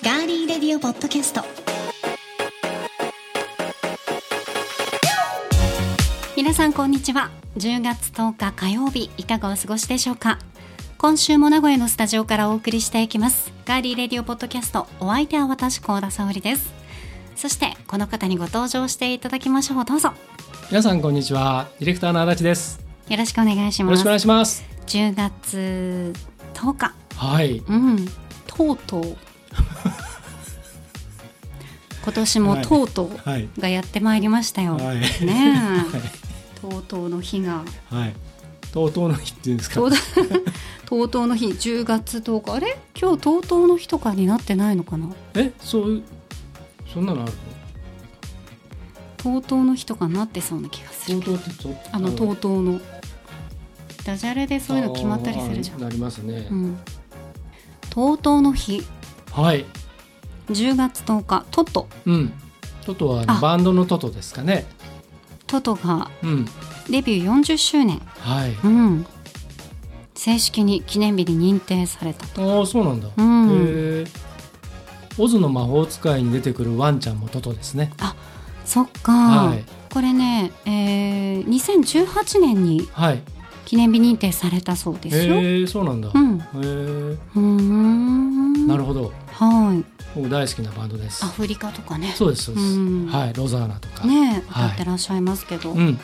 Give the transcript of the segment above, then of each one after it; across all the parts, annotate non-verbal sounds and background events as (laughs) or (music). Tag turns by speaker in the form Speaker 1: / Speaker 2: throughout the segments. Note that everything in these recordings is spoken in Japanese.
Speaker 1: ディオポッドキャスト皆さんこんにちは10月10日火曜日いかがお過ごしでしょうか今週も名古屋のスタジオからお送りしていきますガーリーレディオポッドキャストお相手は私高田沙織ですそしてこの方にご登場していただきましょうどうぞ
Speaker 2: 皆さんこんにちはディレクターの足立です
Speaker 1: よろしくお願いし
Speaker 2: よ
Speaker 1: ま
Speaker 2: ろしく
Speaker 1: す
Speaker 2: お願いします
Speaker 1: 10月10日
Speaker 2: はい
Speaker 1: うんとうとう今年もとうとう
Speaker 2: はい
Speaker 1: がやってまいりましたよ、
Speaker 2: は
Speaker 1: ね
Speaker 2: いはい
Speaker 1: えとうとうの日が
Speaker 2: はいとうとうの日っていうんですか
Speaker 1: とうとうと (laughs) うの日10月10日あれ今日とうとうの日とかになってないのかな
Speaker 2: えそうそんなのある
Speaker 1: とうとうの日とかになってそうな気がす
Speaker 2: の
Speaker 1: る
Speaker 2: とうとうってそう
Speaker 1: あのとうとうのダジャレでそういうの決まったりするじゃ
Speaker 2: あー
Speaker 1: ん
Speaker 2: なりますね、
Speaker 1: うんとうとうの日
Speaker 2: はい
Speaker 1: 10月10日トト
Speaker 2: うんトトはあの
Speaker 1: あ
Speaker 2: バンドのトトですかね
Speaker 1: トトが
Speaker 2: うん
Speaker 1: デビュー40周年
Speaker 2: はい
Speaker 1: うん正式に記念日に認定された
Speaker 2: ああそうなんだ、
Speaker 1: うん
Speaker 2: へえオズの魔法使いに出てくるワンちゃんもトトですね
Speaker 1: そっか、
Speaker 2: はい
Speaker 1: これね、えー、2018年に
Speaker 2: はい
Speaker 1: 記念日認定されたそうですよ。
Speaker 2: へえそうなんだ、
Speaker 1: う
Speaker 2: へ
Speaker 1: ん、う
Speaker 2: え
Speaker 1: ーん
Speaker 2: なるほど
Speaker 1: はい
Speaker 2: 僕大好きなバンドです
Speaker 1: アフリカとかね
Speaker 2: そうですそうです、
Speaker 1: うん
Speaker 2: はいロザーナとか
Speaker 1: ね
Speaker 2: はい
Speaker 1: 歌ってらっしゃいますけど、
Speaker 2: うん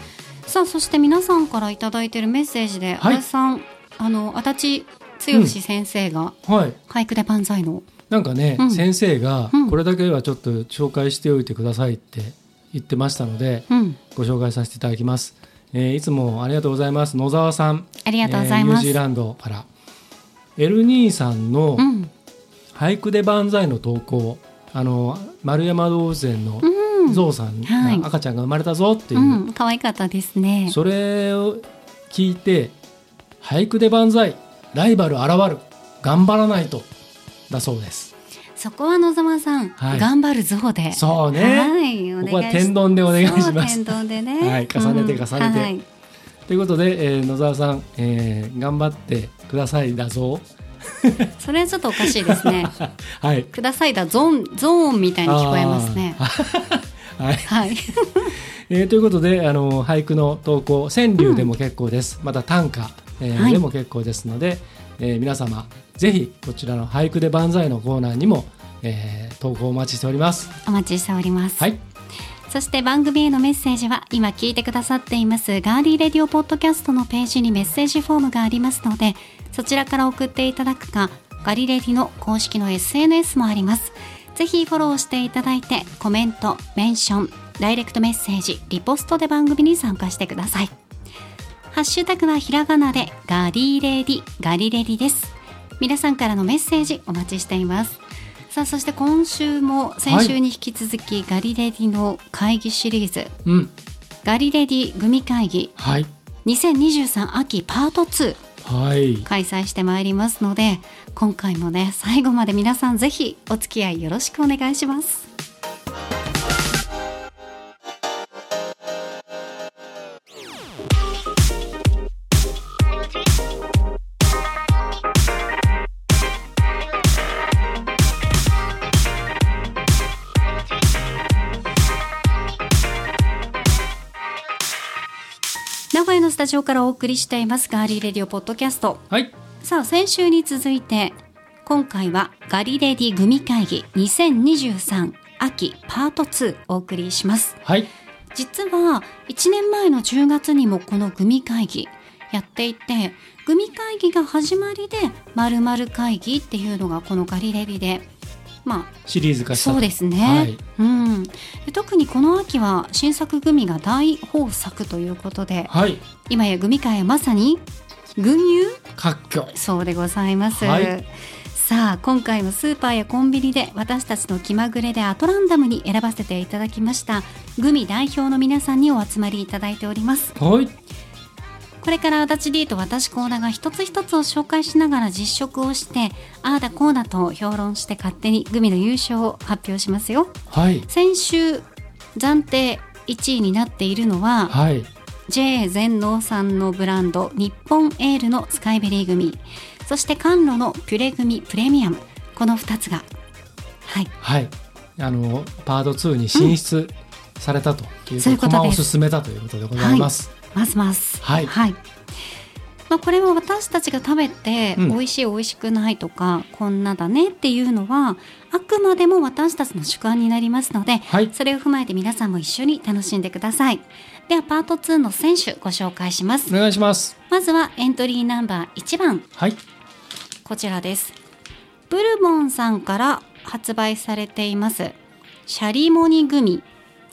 Speaker 1: さあそして皆さんからいただいてるメッセージで、
Speaker 2: は
Speaker 1: 足
Speaker 2: い
Speaker 1: 立さんあの足立剛先生が
Speaker 2: はい
Speaker 1: 「俳句で万歳の
Speaker 2: なんかね、
Speaker 1: うん
Speaker 2: 先生が
Speaker 1: うん
Speaker 2: これだけはちょっと紹介しておいてくださいって言ってましたので」
Speaker 1: うん、
Speaker 2: ご紹介させていただきます、えーいつもありがとうございます野沢さん
Speaker 1: ありがとうございます。
Speaker 2: えーニュージーランドからエルニーさんの
Speaker 1: うん
Speaker 2: 「俳句で万歳」の投稿あの丸山動物園のゾウさんが、
Speaker 1: はい
Speaker 2: 赤ちゃんが生まれたぞっていう、
Speaker 1: うん、可愛かったですね。
Speaker 2: それを聞いて「俳句で万歳ライバル現る頑張らないと」だそうです
Speaker 1: そこは野沢さん、
Speaker 2: はい
Speaker 1: 頑張るぞで。
Speaker 2: そうね
Speaker 1: はい、お願いし
Speaker 2: ここは天丼でお願いしま
Speaker 1: そう
Speaker 2: す
Speaker 1: 天丼でね。
Speaker 2: はい重ねて
Speaker 1: うん
Speaker 2: 重ねて
Speaker 1: はい
Speaker 2: ということで、えー野沢さん、えー頑張ってくださいだぞ
Speaker 1: それはちょっとおかしいです
Speaker 2: (laughs)
Speaker 1: ね。
Speaker 2: はい
Speaker 1: くださいだゾーンゾーンみたいに聞こえますね。
Speaker 2: あーはい
Speaker 1: はい。 (laughs)
Speaker 2: えーということで、あの俳句の投稿川柳でも結構です、また短歌、えー
Speaker 1: はい
Speaker 2: でも結構ですので、えー皆様ぜひこちらの「俳句で万歳」のコーナーにも、えー投稿お待ちしております。
Speaker 1: お待ちしております。
Speaker 2: はい
Speaker 1: そして番組へのメッセージは今聞いてくださっていますガーリーレディオポッドキャストのページにメッセージフォームがありますのでそちらから送っていただくかガリレディの公式の SNS もありますぜひフォローしていただいてコメント、メンション、ダイレクトメッセージ、リポストで番組に参加してくださいハッシュタグはひらがなでガリレディ、ガリレディです皆さんからのメッセージお待ちしていますさあそして今週も先週に引き続き、ガリレディの会議シリーズ
Speaker 2: うん
Speaker 1: ガリレディ組会議
Speaker 2: はい
Speaker 1: 2023秋パート2
Speaker 2: はい
Speaker 1: 開催してまいりますので今回もね最後まで皆さんぜひお付き合いよろしくお願いします名古屋のスタジオからお送りしていますガーリーレディオポッドキャスト
Speaker 2: はい
Speaker 1: さあ先週に続いて今回はガリレディ組会議2023秋パート2お送りします
Speaker 2: はい
Speaker 1: 実は1年前の10月にもこの組会議やっていて組会議が始まりで〇〇会議っていうのがこのガリレディでまあ
Speaker 2: シリーズ化した
Speaker 1: そうですね、
Speaker 2: はい
Speaker 1: うん、で特にこの秋は新作グミが大豊作ということで
Speaker 2: はい
Speaker 1: 今やグミ界はまさに群雄
Speaker 2: 活挙
Speaker 1: そうでございます、
Speaker 2: はい
Speaker 1: さあ今回もスーパーやコンビニで私たちの気まぐれでアトランダムに選ばせていただきましたグミ代表の皆さんにお集まりいただいております
Speaker 2: はい
Speaker 1: これから足立 D と私コーナーが一つ一つを紹介しながら実食をしてああだこうだと評論して勝手にグミの優勝を発表しますよ
Speaker 2: はい
Speaker 1: 先週暫定1位になっているのは
Speaker 2: はい
Speaker 1: JA 全農産のブランド日本エールのスカイベリー組そして甘露のピュレ組プレミアムこの2つがはい
Speaker 2: はい、あのパート2に進出されたという
Speaker 1: そういう
Speaker 2: こ
Speaker 1: こと
Speaker 2: と、駒を
Speaker 1: です
Speaker 2: 進めたということでございます。
Speaker 1: ますます
Speaker 2: はい
Speaker 1: まあ、これは私たちが食べて
Speaker 2: う
Speaker 1: 美
Speaker 2: ん
Speaker 1: 味しい美味しくないとか、こんなだねっていうのはあくまでも私たちの主観になりますので
Speaker 2: はい、
Speaker 1: それを踏まえて皆さんも一緒に楽しんでくださいではパート2の選手ご紹介します
Speaker 2: お願いします。
Speaker 1: まずはエントリーナンバー1番
Speaker 2: はい、
Speaker 1: こちらです。ブルボンさんから発売されています。シャリモニグミ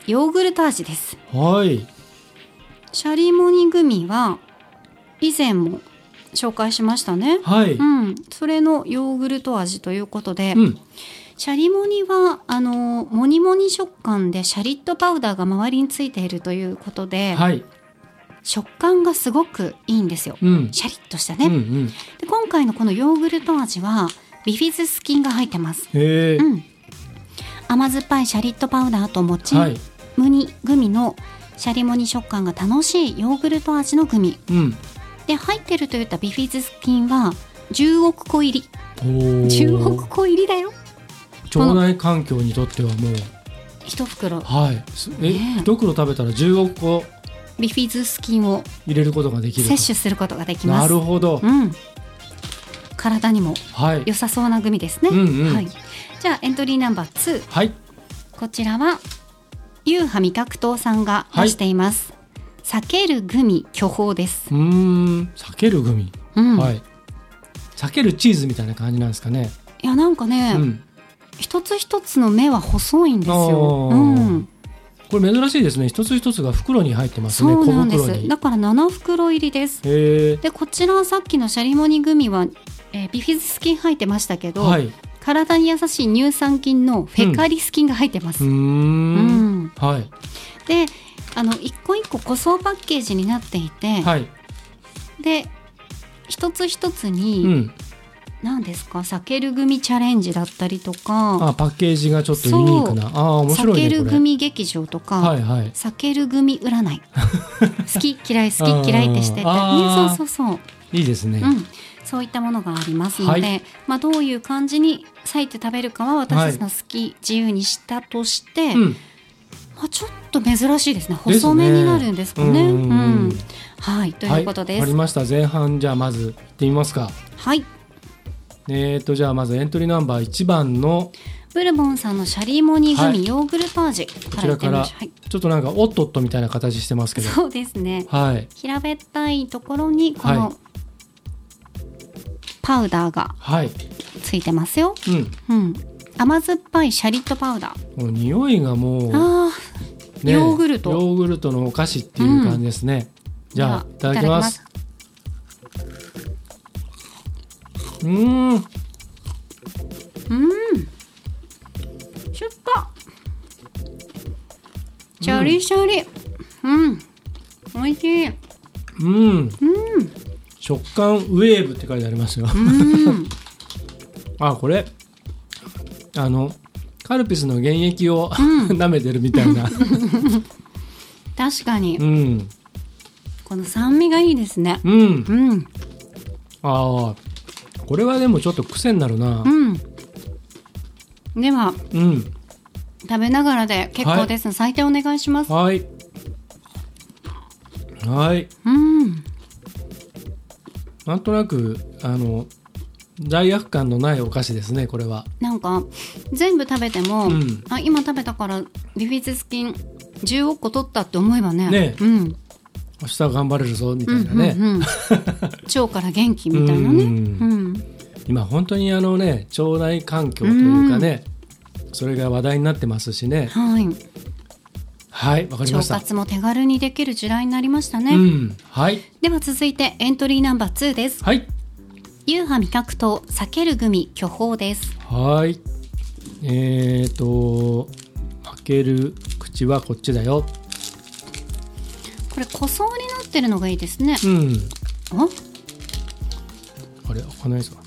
Speaker 1: ヨーグルト味です。
Speaker 2: はい、
Speaker 1: シャリモニグミは以前も紹介しましたね。
Speaker 2: はい、
Speaker 1: うん、それのヨーグルト味ということで、
Speaker 2: うん、
Speaker 1: シャリモニはあのモニモニ食感でシャリットパウダーが周りについているということで、
Speaker 2: はい、
Speaker 1: 食感がすごくいいんですよ。
Speaker 2: うん、
Speaker 1: シャリッとした
Speaker 2: う
Speaker 1: ね、
Speaker 2: ん、うん、
Speaker 1: で今回のこのヨーグルト味はビフィズス菌が入ってます。
Speaker 2: へえ、
Speaker 1: うん、甘酸っぱいシャリットパウダーともち
Speaker 2: はい、
Speaker 1: ムニグミのシャリモニ食感が楽しいヨーグルト味のグミ
Speaker 2: うん、
Speaker 1: で入ってるといったビフィズス菌は10億個入り
Speaker 2: おお、
Speaker 1: 10億個入りだよ
Speaker 2: 腸内環境にとってはもう、
Speaker 1: 一袋
Speaker 2: はい、すえ、
Speaker 1: ねえ
Speaker 2: 一袋食べたら10億個
Speaker 1: ビフィズス菌を
Speaker 2: 入れることができると。
Speaker 1: 摂取することができます
Speaker 2: なるほど、
Speaker 1: うん、体にも
Speaker 2: はい、
Speaker 1: 良さそうなグミですね、
Speaker 2: うんうん
Speaker 1: はい、じゃあエントリーナンバー2
Speaker 2: はい、
Speaker 1: こちらはユーハ味覚糖さんが出しています、避けるグミ巨峰です
Speaker 2: うーん、避けるグミ、
Speaker 1: うん、
Speaker 2: はいい、避けるチーズみたいな感じなんですかね。
Speaker 1: やなんかね、
Speaker 2: うん、
Speaker 1: 一つ一つの目は細いんですよ、
Speaker 2: あー
Speaker 1: うん、
Speaker 2: これ珍しいですね。一つ一つが袋に入ってます
Speaker 1: そ
Speaker 2: ね。
Speaker 1: う
Speaker 2: 小
Speaker 1: なんで
Speaker 2: 袋
Speaker 1: す
Speaker 2: に。
Speaker 1: だから7袋入りです
Speaker 2: へえ。
Speaker 1: でこちらさっきのシャリモニグミは、えービフィズス菌入ってましたけど、
Speaker 2: はい。う
Speaker 1: 体に優しい乳酸菌のフェカリス菌が入ってます、
Speaker 2: ー
Speaker 1: うん
Speaker 2: ん。はい
Speaker 1: であの一個一個個装パッケージになっていて、
Speaker 2: はい。
Speaker 1: で一つ一つ
Speaker 2: う
Speaker 1: に
Speaker 2: ん。
Speaker 1: 何ですか、避ける組チャレンジだったりとか
Speaker 2: あパッケージがちょっとユニークな。ああ面
Speaker 1: 避
Speaker 2: 白
Speaker 1: け
Speaker 2: いね
Speaker 1: る
Speaker 2: これ。
Speaker 1: 組劇場とか、
Speaker 2: はいはい。
Speaker 1: 避ける組占
Speaker 2: (laughs)
Speaker 1: い好き嫌い
Speaker 2: あ
Speaker 1: 好
Speaker 2: ー
Speaker 1: き嫌いってしてた、ね、
Speaker 2: あ
Speaker 1: そ
Speaker 2: ー
Speaker 1: うそうそう、
Speaker 2: いいですね。
Speaker 1: うん、そういったものがありますので、
Speaker 2: は
Speaker 1: まあ、どういう感じに割いて食べるかは私たちの好き、自由にしたとして、
Speaker 2: うん。
Speaker 1: まあ、ちょっと珍しいですね
Speaker 2: ね
Speaker 1: 細めになるんですかね。
Speaker 2: うん
Speaker 1: う
Speaker 2: うんん
Speaker 1: はいということで
Speaker 2: はい。あ
Speaker 1: す。
Speaker 2: りました。前半じゃあまず行ってみますか。
Speaker 1: はい、
Speaker 2: えっ、ー、とじゃあまずエントリーナンバー一番の
Speaker 1: ブルボンさんのシャリモニグミ、
Speaker 2: はい
Speaker 1: ヨーグルト味か
Speaker 2: こ
Speaker 1: ら
Speaker 2: ち
Speaker 1: い
Speaker 2: ら
Speaker 1: って
Speaker 2: か
Speaker 1: みま
Speaker 2: ら
Speaker 1: しょう。はい
Speaker 2: ちょっとなんかおっとっとみたいな形してますけど。
Speaker 1: そうですね。
Speaker 2: はい
Speaker 1: 平べったいところにこの、
Speaker 2: はい
Speaker 1: パウダーが
Speaker 2: はい。
Speaker 1: ついてますよ。
Speaker 2: うん。
Speaker 1: うん。甘酸っぱいシャリットパウダー。
Speaker 2: もう匂いがもう
Speaker 1: あ
Speaker 2: ね
Speaker 1: ヨーグルト
Speaker 2: ヨーグルトのお菓子っていう感じですね。じゃあい
Speaker 1: では
Speaker 2: ただきます。うーん。
Speaker 1: あ、うん。しゅっぱ。シャリシャリ。うん。美味し
Speaker 2: (laughs)
Speaker 1: い。
Speaker 2: うん、食感ウェーブって書いてありますよ、
Speaker 1: うん。
Speaker 2: あこれあのカルピスの原液を、 (laughs) 舐めてるみたい (laughs) な
Speaker 1: 確かに
Speaker 2: う。ん
Speaker 1: この酸味がいいですね。
Speaker 2: うん
Speaker 1: うん。
Speaker 2: あーこれはでもちょっと癖になるな
Speaker 1: うん。では、
Speaker 2: うん
Speaker 1: 食べながらで結構です。採点お願いします。
Speaker 2: はいはい
Speaker 1: うん。
Speaker 2: なんとなくあの罪悪感のないお菓子ですねこれは
Speaker 1: なんか全部食べても、
Speaker 2: うん
Speaker 1: あ今食べたからビフィズス菌10億個取ったって思えばね
Speaker 2: ね
Speaker 1: うん、
Speaker 2: 明日頑張れるぞみた
Speaker 1: う
Speaker 2: い
Speaker 1: ん
Speaker 2: な
Speaker 1: うん
Speaker 2: ね、
Speaker 1: うん、腸から元気みたいなね、う
Speaker 2: うん
Speaker 1: ん
Speaker 2: 今本当にあのね腸内環境というかね、それが話題になってますしね
Speaker 1: はい、
Speaker 2: はいわかりまし
Speaker 1: 腸
Speaker 2: た
Speaker 1: 活も手軽にできる時代になりましたね、
Speaker 2: うんはい
Speaker 1: では続いてエントリーナンバー2です
Speaker 2: はい
Speaker 1: ユーハ味覚糖避けるグミ巨峰です
Speaker 2: はいえーと開ける口はこっちだよ
Speaker 1: これ個装になってるのがいいですね
Speaker 2: うん
Speaker 1: お
Speaker 2: あれ開かないですか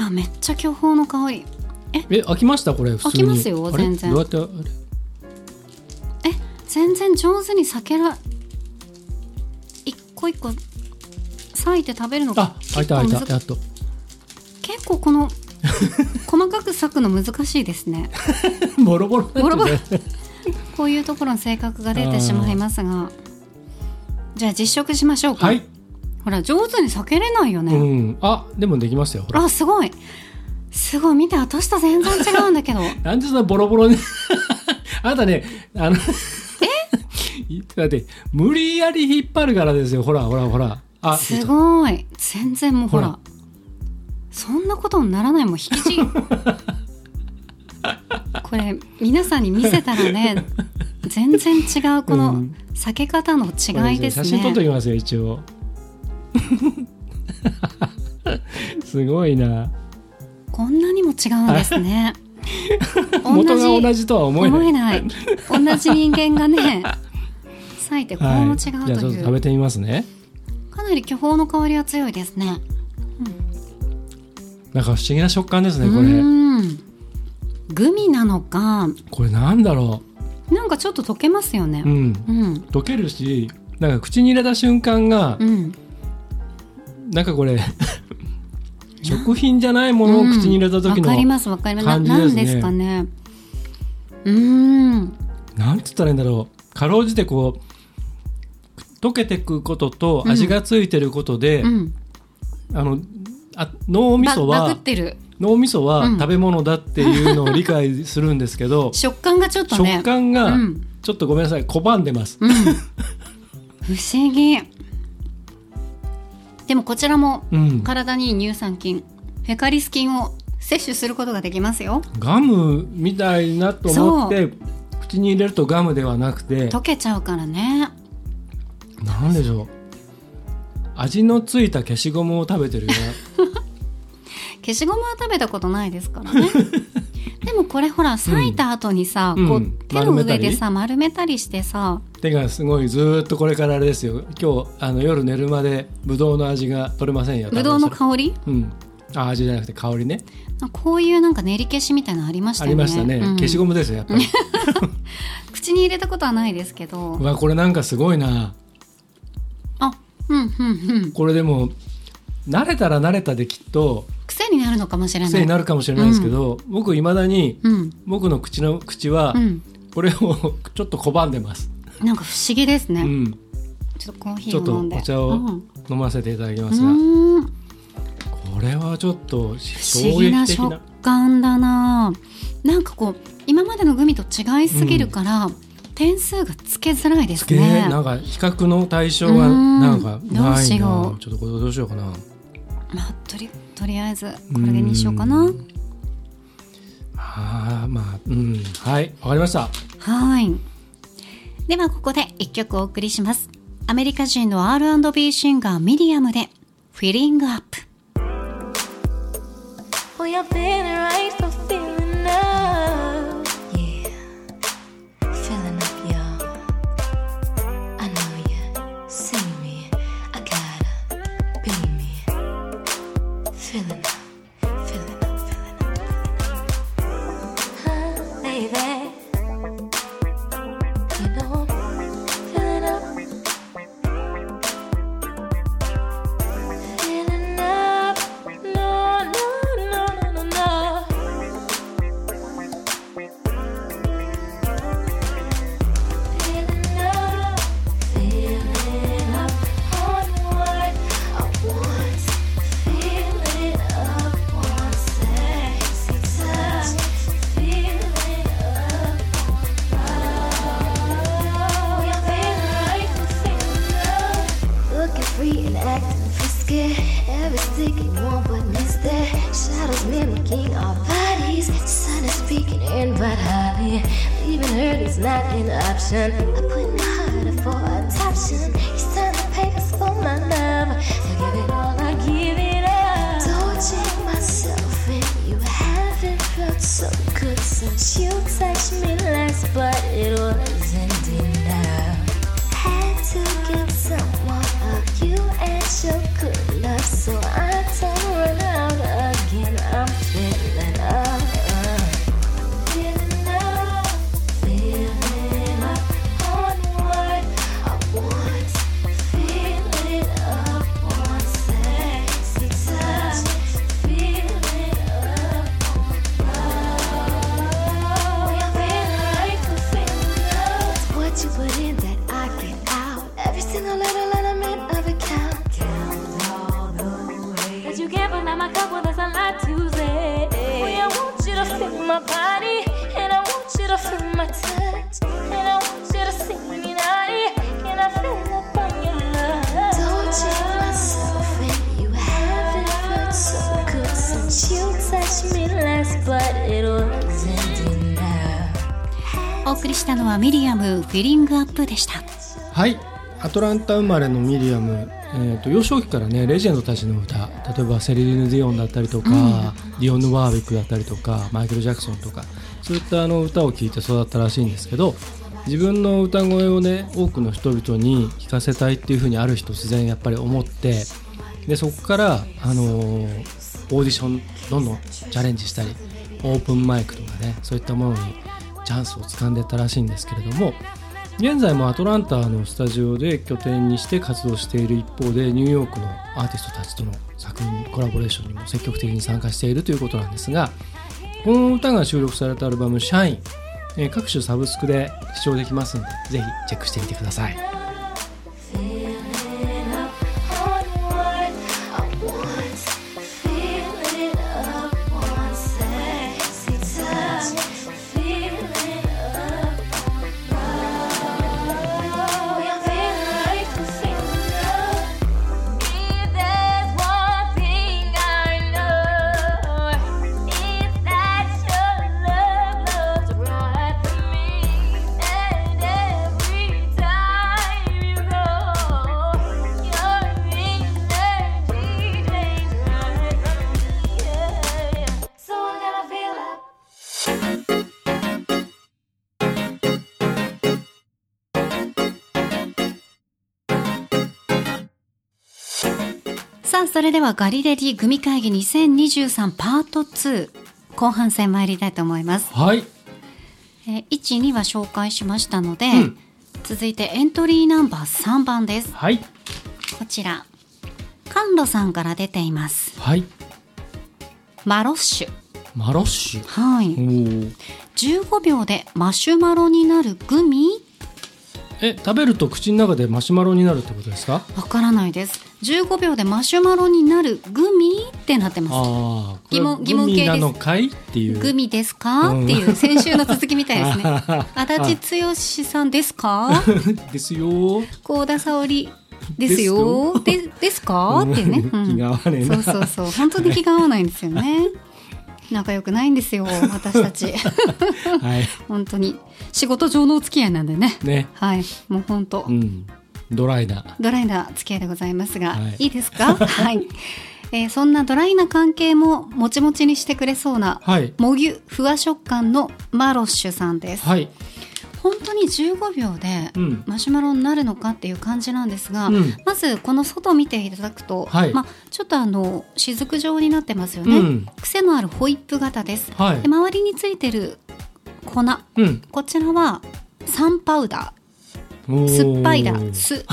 Speaker 1: あめっちゃ巨峰の香り
Speaker 2: え開きましたこれ普通
Speaker 1: 開
Speaker 2: に
Speaker 1: きますよ
Speaker 2: あれ
Speaker 1: 全然
Speaker 2: どうやってあれ
Speaker 1: え全然上手に避けら一個一個裂いて食べるのが
Speaker 2: あ開いた開い
Speaker 1: 結構難
Speaker 2: たやっと (laughs)
Speaker 1: 結構この細かく割くの難しいですね
Speaker 2: ボロボロになっちゃうね
Speaker 1: こういうところの性格が出てしまいますがじゃあ実食しましょうか、
Speaker 2: はい、
Speaker 1: ほら上手に避けれないよ
Speaker 2: う
Speaker 1: ね、
Speaker 2: ん、あでもできましたよほら
Speaker 1: あすごいすごい見て私と全然違うんだけど
Speaker 2: なんでそんなボロボロに (laughs) あなたねあの (laughs) だって無理やり引っ張るからですよほらほらほら (laughs) あ
Speaker 1: すごい全然もうほら
Speaker 2: ほら
Speaker 1: そんなことにならないもう引きちぎ
Speaker 2: (laughs)
Speaker 1: これ皆さんに見せたらね全然違うこ
Speaker 2: う
Speaker 1: の
Speaker 2: ん
Speaker 1: 避け方の違いです
Speaker 2: 写真撮っと
Speaker 1: ね、
Speaker 2: きますよ一
Speaker 1: (laughs)
Speaker 2: 応すごいな
Speaker 1: こんなにも違うんです
Speaker 2: (laughs)
Speaker 1: ね同
Speaker 2: 元が同
Speaker 1: じ
Speaker 2: じとは思えない
Speaker 1: 思えない同じ人間が
Speaker 2: (laughs)
Speaker 1: ね割いてこれも違うと
Speaker 2: はい、
Speaker 1: い
Speaker 2: じゃあちょっと
Speaker 1: う、
Speaker 2: 食べてみますね
Speaker 1: かなり巨峰の香りは強いですね
Speaker 2: なんか不思議な食感ですね
Speaker 1: う
Speaker 2: これ
Speaker 1: ーんグミなのか
Speaker 2: これなんだろ
Speaker 1: なんかちょっと溶けますよね
Speaker 2: ううん
Speaker 1: うん
Speaker 2: 溶けるしなんか口に入れた瞬間が
Speaker 1: う、ん
Speaker 2: なんかこれ (laughs) 食品じゃないものを口に入れた時
Speaker 1: うん
Speaker 2: の、
Speaker 1: わかりますわかりますな
Speaker 2: 感じ
Speaker 1: なん
Speaker 2: で
Speaker 1: ですす
Speaker 2: ね
Speaker 1: かねうーん
Speaker 2: なんつったらいいんだろうかろうじてこう溶けてくことと
Speaker 1: うん
Speaker 2: 味がついてることで、
Speaker 1: うん
Speaker 2: あのあ脳み
Speaker 1: バ
Speaker 2: そ
Speaker 1: バグ
Speaker 2: は
Speaker 1: ってる
Speaker 2: 脳みそは
Speaker 1: うん
Speaker 2: 食べ物だっていうのを理解するんですけ
Speaker 1: (laughs)
Speaker 2: ど
Speaker 1: 食感がちょっとね
Speaker 2: 食感が
Speaker 1: うん
Speaker 2: ちょっとごめんなさい拒んでます、 (laughs)
Speaker 1: うん不思議でもこちらも
Speaker 2: うん、
Speaker 1: 体にいい乳酸菌フェカリス菌を摂取することができますよ
Speaker 2: ガムみたいなと思って口に入れるとガムではなくて
Speaker 1: 溶けちゃうからね
Speaker 2: なんでしょう味のついた消しゴムを食べてるよ
Speaker 1: 消しゴムは食べたことないですから
Speaker 2: (laughs)
Speaker 1: ねでもこれほら裂いた後にさ、
Speaker 2: うん
Speaker 1: こう
Speaker 2: うん
Speaker 1: 手の上でさ丸めたりしてさ
Speaker 2: うなてかすごいずーっとこれからあれですよ今日あの夜寝るまでぶどうの味が取れませんよ
Speaker 1: ぶどうの香り
Speaker 2: うんあ味じゃなくて香りね
Speaker 1: あこういうなんか練り消しみたいなのありました
Speaker 2: あ
Speaker 1: よね
Speaker 2: りましたね、
Speaker 1: うん
Speaker 2: 消しゴムですよやっぱ
Speaker 1: (laughs)
Speaker 2: り
Speaker 1: 口に入れたことはないですけど
Speaker 2: うわこれなんかすごいな
Speaker 1: あうんうんうん
Speaker 2: これでも慣れたら慣れたできっと
Speaker 1: 癖になるのかもしれない
Speaker 2: 癖になるかもしれないですけど、僕いまだに
Speaker 1: うん
Speaker 2: 僕の口の口は
Speaker 1: うん
Speaker 2: これを (laughs) ちょっと拒んでます、
Speaker 1: なんか不思議ですね、
Speaker 2: うん、
Speaker 1: ちょっとコーヒ
Speaker 2: ちょっ
Speaker 1: ーを
Speaker 2: と
Speaker 1: 飲んで
Speaker 2: お茶を
Speaker 1: うん
Speaker 2: 飲ませていただきますが、
Speaker 1: うーん
Speaker 2: これはちょっと
Speaker 1: 不思
Speaker 2: 衝
Speaker 1: 議
Speaker 2: 撃
Speaker 1: な
Speaker 2: 的
Speaker 1: 食
Speaker 2: な
Speaker 1: 感だななんかこう今までのグミと違いすぎるから、点数がつけづらいです
Speaker 2: え
Speaker 1: ね
Speaker 2: ーなんか比較の対象が
Speaker 1: うん
Speaker 2: なんか
Speaker 1: どう
Speaker 2: ない
Speaker 1: し
Speaker 2: な
Speaker 1: よう
Speaker 2: ちょっとこれどうしようかな
Speaker 1: まあ、とりとりあえずこれにしようかな
Speaker 2: うんあーまあうんはいわかりました
Speaker 1: はいではここで一曲お送りしますアメリカ人の R&B シンガーミディアムで「フィリングアップ
Speaker 3: Well, you're being right for feeling up. Yeah. Feeling up, y'all. I know you see me. I gotta be me. Feeling up, feeling up, feeling up. Huh, baby. You know I'm feeling up. Feeling up. No, no, no, no, no, no. Free and acting frisky, every sticky one but missed it. Shadows mimicking our bodies, sun is peeking in but hardly. Leaving hurt is not an option. I put my heart up for adoption. He's turned the papers for my love. To give it all, I give it up. Torturing myself, and you haven't felt so good since you touched me last, but it wasn't enough. Had to get someone of you and your good love, so I don't run out again. I'm feeling up, feeling up, feeling up. On what I want, feeling up on sexy touch, feeling up. with my body, and I want you to feel my touch, and I want you to see me night, and I feel up on your love. Touching myself, and you haven't felt so good since you touched me last, but it wasn't enough.
Speaker 1: お送りしたのはミリアムフィリングアップでした
Speaker 2: はいアトランタ生まれのミリアム、えー、と幼少期からねレジェンドたちの歌例えばセリーヌ・ディオンだったりとか、ディオンヌ・ワービックだったりとかマイケル・ジャクソンとかそういったあの歌を聴いて育ったらしいんですけど自分の歌声をね多くの人々に聴かせたいっていうふうにある日突然やっぱり思ってでそこから、あのーオーディションどんどんチャレンジしたりオープンマイクとかねそういったものにチャンスをつかんでったらしいんですけれども現在もアトランタのスタジオで拠点にして活動している一方でニューヨークのアーティストたちとの作品コラボレーションにも積極的に参加しているということなんですがこの歌が収録されたアルバム「シャイン」えー各種サブスクで視聴できますのでぜひチェックしてみてください
Speaker 3: Feeling up on what I want, feeling up on sexy time, feeling up on love. I feel like to feel love. If there's one thing I know, it's that your love loves right for me. And every time you go, your energy changes right for me. So I gotta feel up.
Speaker 1: さあそれではガリレディ組会議2023パート2後半戦参りたいと思います、
Speaker 2: はい
Speaker 1: えー、12は紹介しましたので、
Speaker 2: ん
Speaker 1: 続いてエントリーナンバー3番です
Speaker 2: はい
Speaker 1: こちらカンロさんから出ています
Speaker 2: はい
Speaker 1: マロッシュ
Speaker 2: マロッシュ
Speaker 1: はい、
Speaker 2: おー
Speaker 1: 15秒でマシュマロになるグミ
Speaker 2: え食べると口の中でマシュマロになるってことですか
Speaker 1: わからないです15秒でマシュマロになるグミってなってます
Speaker 2: ああ
Speaker 1: 疑問疑問形です
Speaker 2: なのかいっていう
Speaker 1: グミですか、
Speaker 2: うん
Speaker 1: っていう先週の続きみたい
Speaker 2: (laughs)
Speaker 1: ですね
Speaker 2: あ
Speaker 1: 足立剛さんですか
Speaker 2: ー (laughs) ですよ
Speaker 1: 高田沙織ですよでですかっていうね、うん
Speaker 2: 気が合わねえな
Speaker 1: そうそうそう本当に気が合わないんですよ
Speaker 2: (laughs)
Speaker 1: ね仲良くないんですよ私たち
Speaker 2: はい
Speaker 1: 本当に仕事上のお付き合いなんでね
Speaker 2: ね
Speaker 1: はいもう本当、
Speaker 2: うんドライな
Speaker 1: ドライな付き合いでございますが、
Speaker 2: はい
Speaker 1: い、いです
Speaker 2: (laughs)
Speaker 1: かはい、えーそんなドライな関係ももちもちにしてくれそうな
Speaker 2: はい
Speaker 1: もぎゅふわ食感のマロッシュさんです、
Speaker 2: はい
Speaker 1: 本当に15秒で
Speaker 2: うん
Speaker 1: マシュマロになるのかっていう感じなんですが、
Speaker 2: うん
Speaker 1: まずこの外見ていただくと、
Speaker 2: はい
Speaker 1: まあ、ちょっとあの雫状になってますよね、
Speaker 2: うん
Speaker 1: 癖のあるホイップ型です、
Speaker 2: はい
Speaker 1: で周りについてる粉
Speaker 2: うん
Speaker 1: こちらはサンパウダー
Speaker 2: おー
Speaker 1: 酸っぱいだ
Speaker 2: (laughs)
Speaker 1: 酢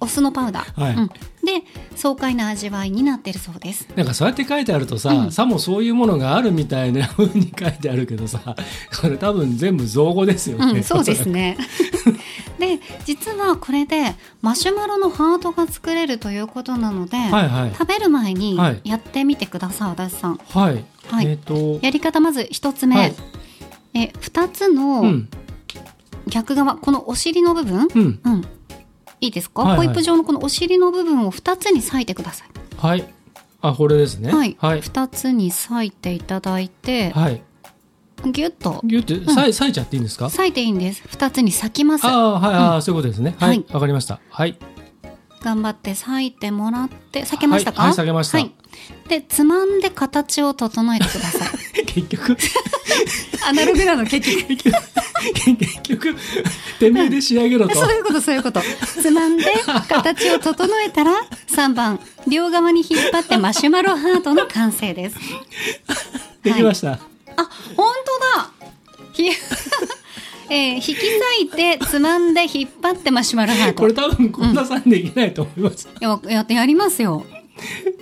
Speaker 1: お酢のパウダー、
Speaker 2: はい
Speaker 1: うん、で爽快な味わいになってるそうです
Speaker 2: なんかそうやって書いてあるとさ、さもそういうものがあるみたいな風に書いてあるけどさ (laughs) これ多分全部造語ですよ
Speaker 1: う
Speaker 2: ね、
Speaker 1: んそうですねで実はこれでマシュマロのハートが作れるということなので、
Speaker 2: (laughs) はいはい
Speaker 1: 食べる前に
Speaker 2: はい
Speaker 1: やってみてください、足立さん
Speaker 2: はい、
Speaker 1: はい
Speaker 2: えっ、と
Speaker 1: やり方まず一つ目、
Speaker 2: はい
Speaker 1: え2つ
Speaker 2: う
Speaker 1: の
Speaker 2: ん
Speaker 1: 逆側、このお尻の部分、
Speaker 2: うん
Speaker 1: うん、いいですか、
Speaker 2: はいはい
Speaker 1: ホイップ状のこのお尻の部分を2つに裂いてください
Speaker 2: はいあこれですね
Speaker 1: はい、
Speaker 2: はい
Speaker 1: 2つに裂いていただいて、
Speaker 2: はい
Speaker 1: ギュッと
Speaker 2: ギュってさい、裂いちゃっていいんですか
Speaker 1: 裂いていいんです2つに裂きます
Speaker 2: ああはい、ああそういうことですねはい
Speaker 1: は
Speaker 2: わ、かりましたはい (laughs)
Speaker 1: 頑張って裂いてもらって裂けましたか
Speaker 2: はいはい裂けました
Speaker 1: はいでつまんで形を整えてくだ
Speaker 2: (laughs)
Speaker 1: さい
Speaker 2: 結局
Speaker 1: アナログなの結局
Speaker 2: 結局結局てめえで仕上
Speaker 1: (laughs)
Speaker 2: げろ
Speaker 1: (laughs)
Speaker 2: と
Speaker 1: そういうことそういうことつまんで形を整えたら3番両側に引っ張ってマシュマロハートの完成です
Speaker 2: できました、
Speaker 1: あ本当だひ (laughs) えー引き裂いてつまんで引っ張ってマシュマロハート
Speaker 2: これ多分こんなさんできないと思います、
Speaker 1: ややってやりますよ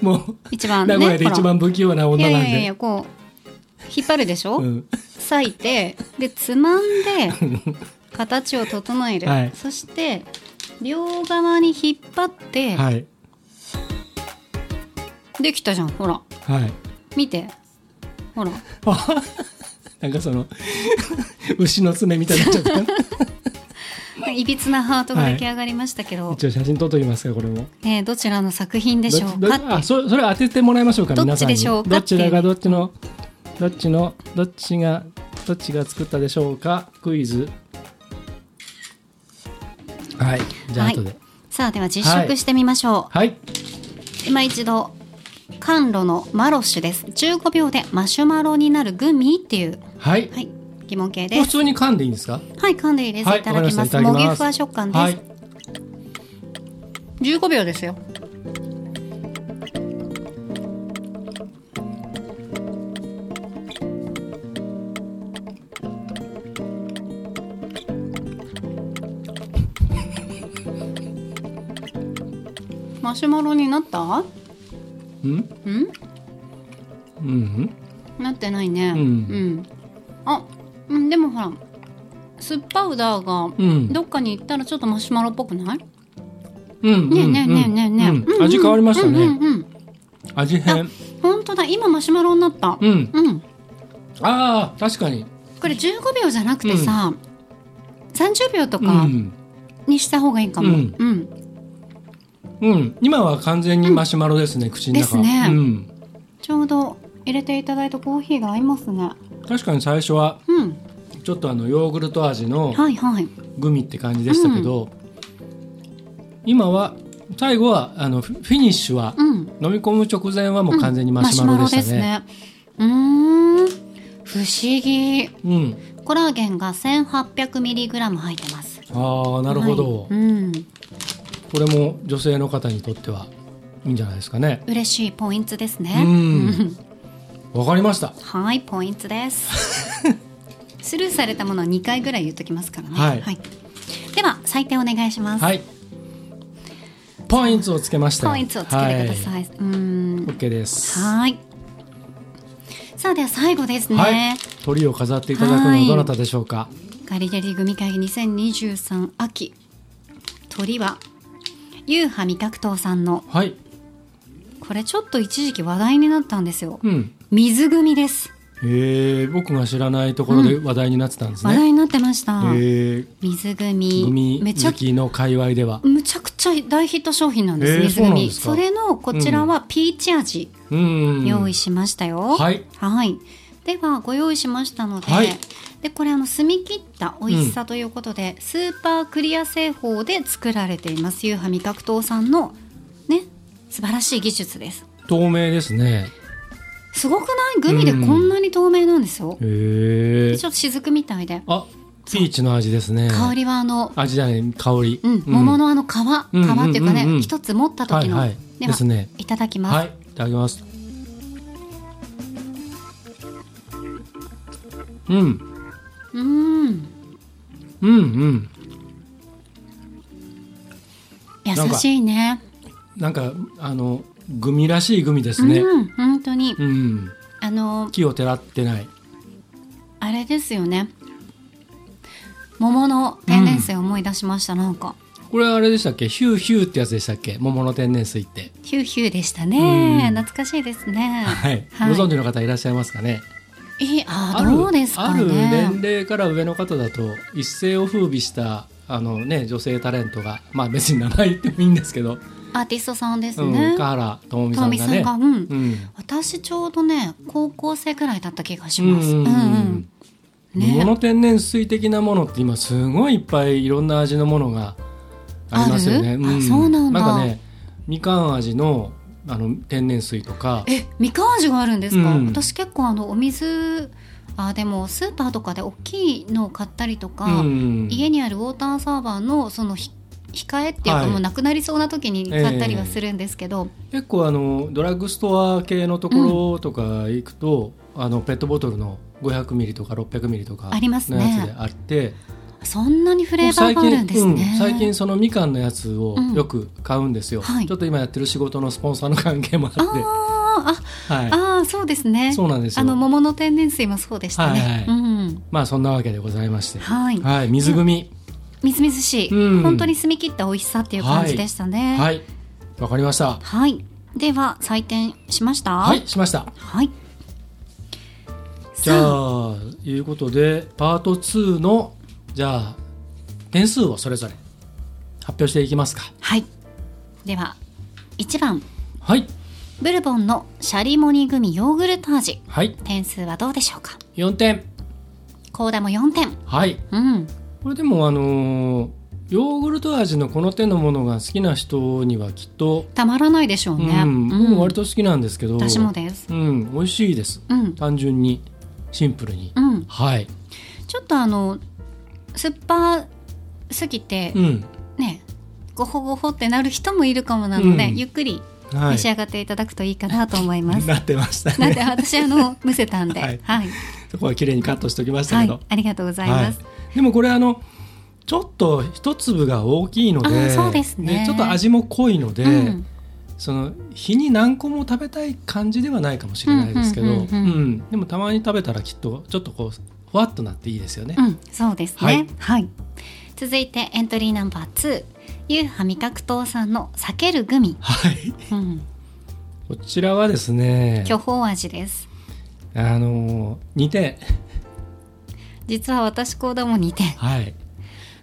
Speaker 2: もう
Speaker 1: 一番ね
Speaker 2: 名古屋で
Speaker 1: ほら
Speaker 2: 一番不器用ない女
Speaker 1: やい
Speaker 2: なん
Speaker 1: や
Speaker 2: で
Speaker 1: いやいやこう引っ張るでしょ、
Speaker 2: うん
Speaker 1: 裂いてでつまん
Speaker 2: (laughs)
Speaker 1: で形を整える、
Speaker 2: はい
Speaker 1: そして両側に引っ張って、
Speaker 2: はい
Speaker 1: できたじゃんほら
Speaker 2: はい
Speaker 1: 見てほら
Speaker 2: あ (laughs) なんかその (laughs) 牛の爪みたいになっちゃった
Speaker 1: (laughs) いびつなハートが出来上がりましたけど、
Speaker 2: 一応写真撮っときますかこれも
Speaker 1: ねえどちらの作品でしょう
Speaker 2: ど
Speaker 1: か
Speaker 2: どあそれそれ当ててもらいましょうか
Speaker 1: どっち
Speaker 2: 皆さんに
Speaker 1: でしょうか
Speaker 2: どちらがどっちのどっちのどっちがどっちが作ったでしょうかクイズはいじゃあ
Speaker 1: はい
Speaker 2: 後で
Speaker 1: さあでは実食してみましょう、
Speaker 2: はい
Speaker 1: 今一度甘露のマロッシュです15秒でマシュマロになるグミっていう
Speaker 2: はい、
Speaker 1: はい疑問形
Speaker 2: もう
Speaker 1: で
Speaker 2: 普
Speaker 1: す
Speaker 2: 通に噛んでいいんですか
Speaker 1: はい噛んで入れていただきます,、
Speaker 2: わかり
Speaker 1: も
Speaker 2: ま
Speaker 1: ぎ
Speaker 2: したいただきます
Speaker 1: ふわ食感です、
Speaker 2: はい
Speaker 1: 15秒ですよマシュマロになったん
Speaker 2: うんうん
Speaker 1: なってないね
Speaker 2: うん
Speaker 1: んあうんでもほら酸っぱウダ
Speaker 2: う
Speaker 1: ー
Speaker 2: ん
Speaker 1: がどっかに行ったらちょっとマシュマロっぽくない、
Speaker 2: うんうん
Speaker 1: ねえねえねえねえねえ、
Speaker 2: うん
Speaker 1: うんうん
Speaker 2: 味変わりましたね、
Speaker 1: うんうんうん
Speaker 2: 味変
Speaker 1: 本当だ今マシュマロになった
Speaker 2: うん
Speaker 1: うん
Speaker 2: ああ確かに
Speaker 1: これ15秒じゃなくてさ、30秒と
Speaker 2: う
Speaker 1: か
Speaker 2: ん、
Speaker 1: にした方がいいかも、う
Speaker 2: うんんうん、今は完全にマシュマロですね、口の中
Speaker 1: ですね
Speaker 2: うん、
Speaker 1: ちょうど入れていただいたコーヒーが合いますね
Speaker 2: 確かに最初は
Speaker 1: うん
Speaker 2: ちょっとあのヨーグルト味の
Speaker 1: はいはい
Speaker 2: グミって感じでしたけど、今は最後はあのフフィニッシュは、
Speaker 1: うん
Speaker 2: 飲み込む直前はもう完全にマシュマロでしたね。
Speaker 1: マシュマロですねうーん不思議
Speaker 2: うん、
Speaker 1: コラーゲンが 1800mg 入ってます
Speaker 2: ああなるほど、
Speaker 1: はいうん
Speaker 2: これも女性の方にとってはいいんじゃないですかね。
Speaker 1: 嬉しいポイントですね
Speaker 2: うんわかりました。
Speaker 1: はい、ポイントです。
Speaker 2: (laughs)
Speaker 1: スルーされたものは2回ぐらい言っときますからね。
Speaker 2: はい
Speaker 1: では、採点お願いします。
Speaker 2: はい。ポイントをつけましたよ。
Speaker 1: ポイントをつけてくだ
Speaker 2: は
Speaker 1: さい。うーん。
Speaker 2: い。OK です。
Speaker 1: はい。さあ、では最後ですね。
Speaker 2: はい。鳥を飾っていただくのはどなたでしょうか。
Speaker 1: ガリレリ組会議2023秋。鳥は、ユーハ味覚糖さんの、
Speaker 2: はい。
Speaker 1: これちょっと一時期話題になったんですよ。
Speaker 2: うん。
Speaker 1: 水組です。
Speaker 2: ええ僕が知らないところで話題になってたんです
Speaker 1: 話
Speaker 2: ね。
Speaker 1: 題になってました。
Speaker 2: ええ
Speaker 1: 水組。
Speaker 2: グミ
Speaker 1: めちゃ
Speaker 2: 好
Speaker 1: く
Speaker 2: きの界隈では。
Speaker 1: むちゃくちゃ大ヒット商品なんです、
Speaker 2: えー
Speaker 1: 水
Speaker 2: そうなん
Speaker 1: 組
Speaker 2: です
Speaker 1: そ
Speaker 2: か
Speaker 1: れのこちらはピーチ味
Speaker 2: うん。
Speaker 1: 用意しましたよ、
Speaker 2: はい
Speaker 1: ではご用意しましたので,、
Speaker 2: はい
Speaker 1: でこれあの澄み切った美味しさということで、スーパークリア製法で作られていますユーハ味覚糖さんのね素晴らしい技術です
Speaker 2: 透明ですね。
Speaker 1: すごくないグミでこんなに透明なんですよ、
Speaker 2: ええ
Speaker 1: ちょっと雫みたいで
Speaker 2: あ、ピーチの味ですね。
Speaker 1: 香りはあの、
Speaker 2: 味だね、香り。
Speaker 1: うん桃のあの皮、
Speaker 2: うんうん
Speaker 1: 皮っていうかね、
Speaker 2: うんうん
Speaker 1: 一つ持った時の、
Speaker 2: はいはい
Speaker 1: では
Speaker 2: ですね
Speaker 1: いただきます、
Speaker 2: はい、いただきます。うん、
Speaker 1: うん
Speaker 2: うん、うん。
Speaker 1: 優
Speaker 2: なんか
Speaker 1: しいね。
Speaker 2: なんか、あの、グミらしいグミですね。
Speaker 1: うん、本当に。
Speaker 2: うん。
Speaker 1: あの、
Speaker 2: 木をてらってない。
Speaker 1: あれですよね。桃の天然水を思い出しました、なんか。
Speaker 2: これあれでしたっけヒューヒューってやつでしたっけ桃の天然水って。
Speaker 1: ヒューヒューでしたね。
Speaker 2: うん
Speaker 1: 懐かしいですね。
Speaker 2: はい。ご存知の方いらっしゃいますかね
Speaker 1: いいあー
Speaker 2: ある
Speaker 1: どうですか
Speaker 2: ある
Speaker 1: ね。
Speaker 2: 年齢から上の方だと一世を風靡したあの、ね、女性タレントが、まあ、別に名前言ってもいいんですけど、
Speaker 1: アーティストさんです
Speaker 2: うん、
Speaker 1: ね。
Speaker 2: 香原朋
Speaker 1: と
Speaker 2: 美さ
Speaker 1: も
Speaker 2: ん
Speaker 1: み
Speaker 2: が
Speaker 1: さん
Speaker 2: ね
Speaker 1: が、うん。
Speaker 2: うん
Speaker 1: 私ちょうどね、高校生くらいだった気がし
Speaker 2: うん
Speaker 1: ます。うんうん。ね
Speaker 2: 桃の天然水的なものって今すごいいっぱいいろんな味のものがありますよね。
Speaker 1: あるあそうなんだ
Speaker 2: かねみかん味のあの天然水とか
Speaker 1: え、みかん味があるんですか、
Speaker 2: うん
Speaker 1: 私結構あの、お水、あー、でもスーパーとかで大きいのを買ったりとか、
Speaker 2: うん
Speaker 1: 家にあるウォーターサーバーのそのひ控えっていうか、
Speaker 2: はい
Speaker 1: もうなくなりそうな時に買ったりはするんですけど、
Speaker 2: 結構あのドラッグストア系のところとか行くと、あのペットボトルの500ミリとか600ミリとか
Speaker 1: ありますね
Speaker 2: のやつであって
Speaker 1: そんなにフレ
Speaker 2: 僕
Speaker 1: ーバー
Speaker 2: 最
Speaker 1: があ
Speaker 2: 近
Speaker 1: るんですね
Speaker 2: う。ん最近そのみかんのやつを
Speaker 1: うん
Speaker 2: よく買うんですよ、
Speaker 1: はい
Speaker 2: ちょっと今やってる仕事のスポンサーの関係もあって
Speaker 1: あーあ、
Speaker 2: は
Speaker 1: あーそうですね
Speaker 2: い、そうなんですよ
Speaker 1: あの桃の天然水もそうでしたね。
Speaker 2: はいはい
Speaker 1: うん、
Speaker 2: まあそんなわけでございまして
Speaker 1: はい
Speaker 2: はい、水組
Speaker 1: みずみずしい、
Speaker 2: うん
Speaker 1: 本当に澄み切った美味しさっていう感じでしたね。はい、
Speaker 2: はいわかりました
Speaker 1: では採点しました。
Speaker 2: はいしました
Speaker 1: はい。
Speaker 2: じゃあいうことでパート2のじゃあ点数をそれぞれ発表していきますか
Speaker 1: はいでは1番
Speaker 2: はい
Speaker 1: ブルボンのシャリモニグミヨーグルト味
Speaker 2: はい
Speaker 1: 点数はどうでしょうか
Speaker 2: 4点
Speaker 1: 高田も4点
Speaker 2: はい
Speaker 1: うん
Speaker 2: これでもあのーヨーグルト味のこの手のものが好きな人にはきっと、
Speaker 1: たまらないでしょうね、
Speaker 2: うん、僕も割と好きなんですけど
Speaker 1: 私もです
Speaker 2: うん、美味しいです
Speaker 1: うん
Speaker 2: 単純にシンプルに、
Speaker 1: うん
Speaker 2: はい、
Speaker 1: ちょっとあの酸っぱすぎて、
Speaker 2: うん
Speaker 1: ねごほごほってなる人もいるかもなので、
Speaker 2: うん
Speaker 1: ゆっくり
Speaker 2: は
Speaker 1: 召
Speaker 2: い、
Speaker 1: し上がっていただくといいかなと思います、
Speaker 2: なってました
Speaker 1: なん
Speaker 2: ね
Speaker 1: で私あのむせたんでは
Speaker 2: はいい
Speaker 1: はい、
Speaker 2: そこは綺麗にカットしておきましたけど、
Speaker 1: ありがとうございます、
Speaker 2: はいでもこれあのちょっと一粒が大きいの
Speaker 1: あ
Speaker 2: で
Speaker 1: そうですね
Speaker 2: ちょっと味も濃いので、
Speaker 1: うん
Speaker 2: その日に何個も食べたい感じではないかもしれないですけど、
Speaker 1: う
Speaker 2: うんん
Speaker 1: うんうんうん
Speaker 2: でもたまに食べたらきっとちょっとこうふわっとなっていいですよね。
Speaker 1: うん、そうですね。は
Speaker 2: はいい、
Speaker 1: 続いてエントリーナンバー2、ゆうは味覚糖さんの避けるグミ、
Speaker 2: はい、
Speaker 1: うん、
Speaker 2: こちらはですね
Speaker 1: 巨峰味です。
Speaker 2: あの2点
Speaker 1: 実は私高田も2点。
Speaker 2: はい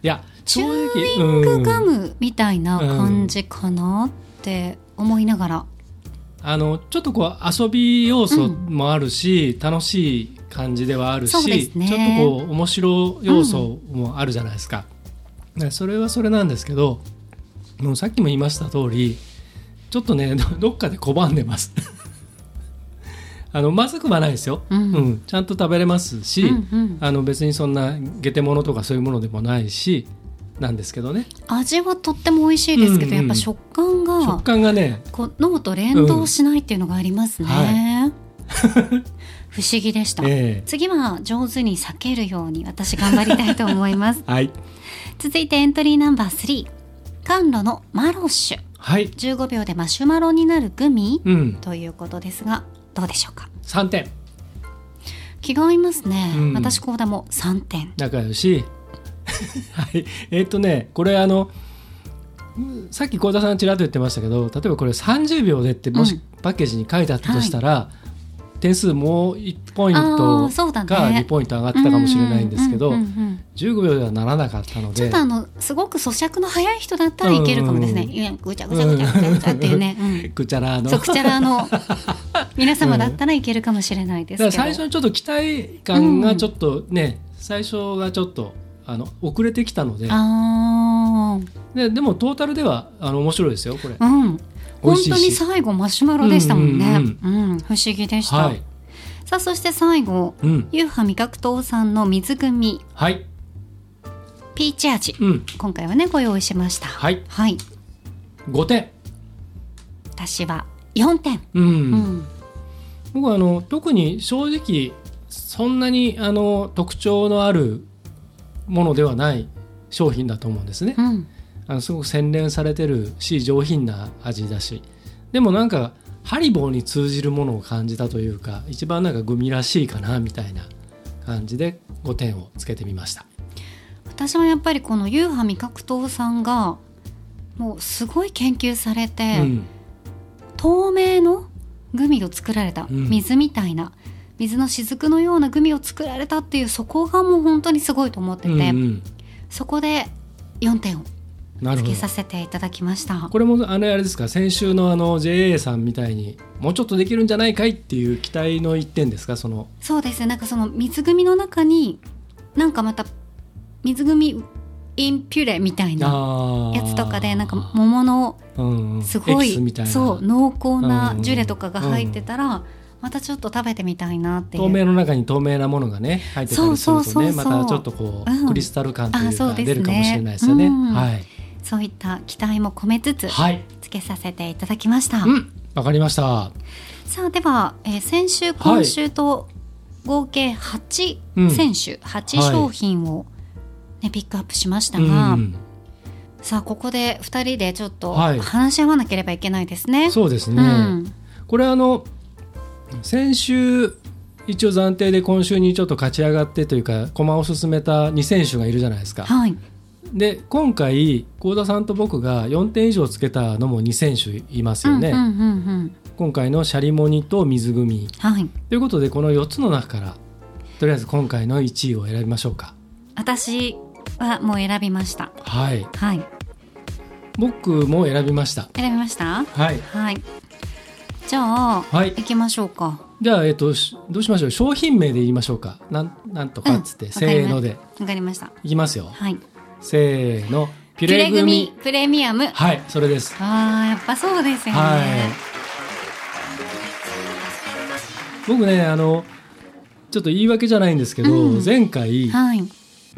Speaker 2: いや
Speaker 1: チ
Speaker 2: 正
Speaker 1: ュ
Speaker 2: 直
Speaker 1: ーイングガ
Speaker 2: うん
Speaker 1: ムみたいな感じかなって思いながら、
Speaker 2: あのちょっとこう遊び要素もあるし、楽しい感じではある
Speaker 1: そうで
Speaker 2: し、
Speaker 1: すね
Speaker 2: ちょっとこう面白要素もあるじゃないですか、ねそれはそれなんですけどもうさっきも言いました通りちょっとねど (laughs) どっかで拒んでます (laughs) あのまずくはないですよ、
Speaker 1: うん
Speaker 2: ちゃんと食べれますし、
Speaker 1: うんうん
Speaker 2: あの別にそんなゲテ物とかそういうものでもないしなんですけどね
Speaker 1: 味はとっても美味しいですけど、
Speaker 2: うんうん
Speaker 1: やっぱ食感が
Speaker 2: 食感がね
Speaker 1: こう脳と連動しないっていうのがありますね。 (laughs) 不思議でした。
Speaker 2: え
Speaker 1: 次は上手に避けるように私頑張りたいと思います。
Speaker 2: えはい
Speaker 1: 続いてエントリーナンバー3甘露のマロッシュ
Speaker 2: はい
Speaker 1: 15秒でマシュマロになるグミ、
Speaker 2: うん
Speaker 1: ということですがどうでしょうか
Speaker 2: 3点
Speaker 1: 気が合いますね、
Speaker 2: うん
Speaker 1: 私高田も3点
Speaker 2: 仲良し (laughs) はいえーっとねこれあのうんさっき幸田さんちらっと言ってましたけど例えばこれ30秒でっても
Speaker 1: うん
Speaker 2: しパッケージに書いてあったとしたら、点数もう1ポイン
Speaker 1: あ
Speaker 2: ト
Speaker 1: ーそうだね
Speaker 2: が2ポイント上がってたかもしれないんですけど
Speaker 1: うんうんうんうん
Speaker 2: 15秒ではならなかったの
Speaker 1: ちょっ
Speaker 2: で
Speaker 1: とあのすごく咀嚼の早い人だったらいけるかもですね、
Speaker 2: うん
Speaker 1: いやぐちゃぐちゃぐちゃぐちゃぐちゃっていうね、うん
Speaker 2: くちゃらの
Speaker 1: そうくちゃらの皆様だったらいけるかもしれないですけど、
Speaker 2: だから最初のちょっと期待感がちょっとね、最初がちょっとあの遅れてきたので
Speaker 1: あー
Speaker 2: ででもトータルではあの面白いですよこれ。
Speaker 1: うん
Speaker 2: 美
Speaker 1: 本
Speaker 2: 味しいし
Speaker 1: 当に最後マシュマロでしたもんね、うん
Speaker 2: う
Speaker 1: 不思議でした、
Speaker 2: はい、
Speaker 1: さあそして最後
Speaker 2: うん
Speaker 1: ユーハ味覚糖さんの水組
Speaker 2: はい、
Speaker 1: ピーチ味、
Speaker 2: うん、
Speaker 1: 今回はねご用意しましたい、
Speaker 2: はい5点、
Speaker 1: 私は4点
Speaker 2: うん
Speaker 1: うん
Speaker 2: 僕はあの特に正直そんなにあの特徴のあるものではない商品だと思うんですね
Speaker 1: う、ん
Speaker 2: あのすごく洗練されてるし上品な味だしでもなんかハリボーに通じるものを感じたというか一番なんかグミらしいかなみたいな感じで5点をつけてみました
Speaker 1: 私はやっぱりこのユーハ味覚糖さんがもうすごい研究されて、
Speaker 2: うん
Speaker 1: 透明のグミを作られた、
Speaker 2: うん
Speaker 1: 水みたいな水の雫のようなグミを作られたっていうそこがもう本当にすごいと思ってて、
Speaker 2: うんうん
Speaker 1: そこで4点を
Speaker 2: なる
Speaker 1: つ
Speaker 2: ほ
Speaker 1: け
Speaker 2: ど
Speaker 1: させていただきました
Speaker 2: これもあのあれですか先週のあの JA さんみたいにもうちょっとできるんじゃないかいっていう期待の一点ですかその
Speaker 1: そうですねなんかその水組の中になんかまた水組インピュレみたいな
Speaker 2: あー
Speaker 1: やつとかでなんか桃の
Speaker 2: うんうん
Speaker 1: すご
Speaker 2: エキ
Speaker 1: い,、
Speaker 2: スみたいな
Speaker 1: そう濃厚な
Speaker 2: うん
Speaker 1: ジュレとかが入ってたら、またちょっと食べてみたいなっていう
Speaker 2: 透明の中に透明なものがね入ってたりす
Speaker 1: そう
Speaker 2: る
Speaker 1: そ
Speaker 2: と
Speaker 1: うそう
Speaker 2: ね
Speaker 1: そう
Speaker 2: またちょっとこう、
Speaker 1: うん
Speaker 2: クリスタル感と
Speaker 1: あ
Speaker 2: いう
Speaker 1: そう
Speaker 2: か
Speaker 1: ですね
Speaker 2: 出るかもしれないですよね。
Speaker 1: うん
Speaker 2: はい、
Speaker 1: そういった期待も込めつつ
Speaker 2: はい、
Speaker 1: つけさせていただきました、
Speaker 2: うん、わかりました。
Speaker 1: さあでは、えー先週今週と合計8選手、8
Speaker 2: はい
Speaker 1: 商品を、ね、ピックアップしました
Speaker 2: う
Speaker 1: が、
Speaker 2: ん、
Speaker 1: さあここで2人でちょっと
Speaker 2: はい
Speaker 1: 話し合わなければいけないですね。
Speaker 2: そうですね。
Speaker 1: うん
Speaker 2: これあの先週一応暫定で今週にちょっと勝ち上がってというか駒を進めた2選手がいるじゃないですか。
Speaker 1: はい、
Speaker 2: で今回幸田さんと僕が4点以上つけたのも2選手いますよね。
Speaker 1: うんうんうんうん
Speaker 2: 今回のシャリモニと水組
Speaker 1: はい、
Speaker 2: ということでこの4つの中からとりあえず今回の1位を選びましょうか
Speaker 1: 私はもう選びました
Speaker 2: はい
Speaker 1: はい
Speaker 2: 僕も選びました
Speaker 1: 選びました
Speaker 2: はい
Speaker 1: はいじゃあ、
Speaker 2: はい
Speaker 1: 行きましょうか
Speaker 2: じゃあ、えっと、しどうしましょう商品名で言いましょうかなんなんとかっつって、
Speaker 1: うん
Speaker 2: せーので
Speaker 1: わかりました
Speaker 2: いきますよ
Speaker 1: はい
Speaker 2: せーのピ
Speaker 1: ピュレグミプレミアム
Speaker 2: はいそれです
Speaker 1: あーやっぱそうですよね、
Speaker 2: はい。僕ね、あの、ちょっと言い訳じゃないんですけど、
Speaker 1: うん
Speaker 2: 前回、
Speaker 1: はい、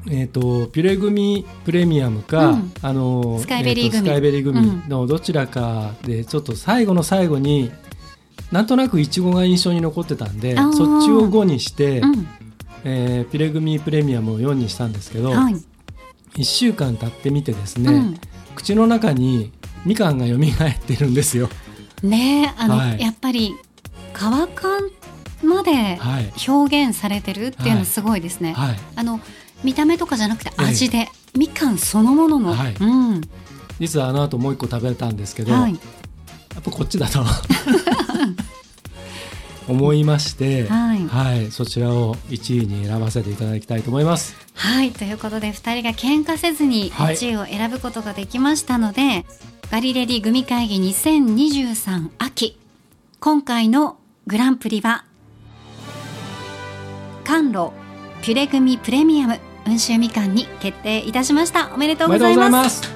Speaker 2: えっ、と、ピュレ組プレミアムか、
Speaker 1: うん
Speaker 2: あの、
Speaker 1: スカイベリー組
Speaker 2: えとスカイベリー組のどちらかで、ちょっと最後の最後に、なんとなくイチゴが印象に残ってたんで、
Speaker 1: あー
Speaker 2: そっちを5にして、
Speaker 1: うん
Speaker 2: えーピュレ組プレミアムを4にしたんですけど、
Speaker 1: はい、
Speaker 2: 1週間経ってみてですね、
Speaker 1: う
Speaker 2: 口の中にみかんが蘇ってるんですよ。
Speaker 1: ん、ねえあの、
Speaker 2: はい
Speaker 1: やっぱり乾かんまで
Speaker 2: はい。
Speaker 1: 表現されてるっていうの
Speaker 2: はい
Speaker 1: はすごいですね、
Speaker 2: はい。
Speaker 1: あの見た目とかじゃなくて
Speaker 2: ええ
Speaker 1: 味で、みかんそのものの、
Speaker 2: はい
Speaker 1: うん
Speaker 2: 実はあの後もう一個食べたんですけど、
Speaker 1: はい
Speaker 2: やっぱこっちだと (laughs) 思いまして、
Speaker 1: はい
Speaker 2: そちらを1位に選ばせていただきたいと思います。
Speaker 1: はいということで二人が喧嘩せずに
Speaker 2: はい
Speaker 1: 1位を選ぶことができましたので、ガリレディグミ会議2023秋今回のグランプリは甘露ピュレグミプレミアム温州みかんに決定いたしましたおめでとうございますと
Speaker 2: す。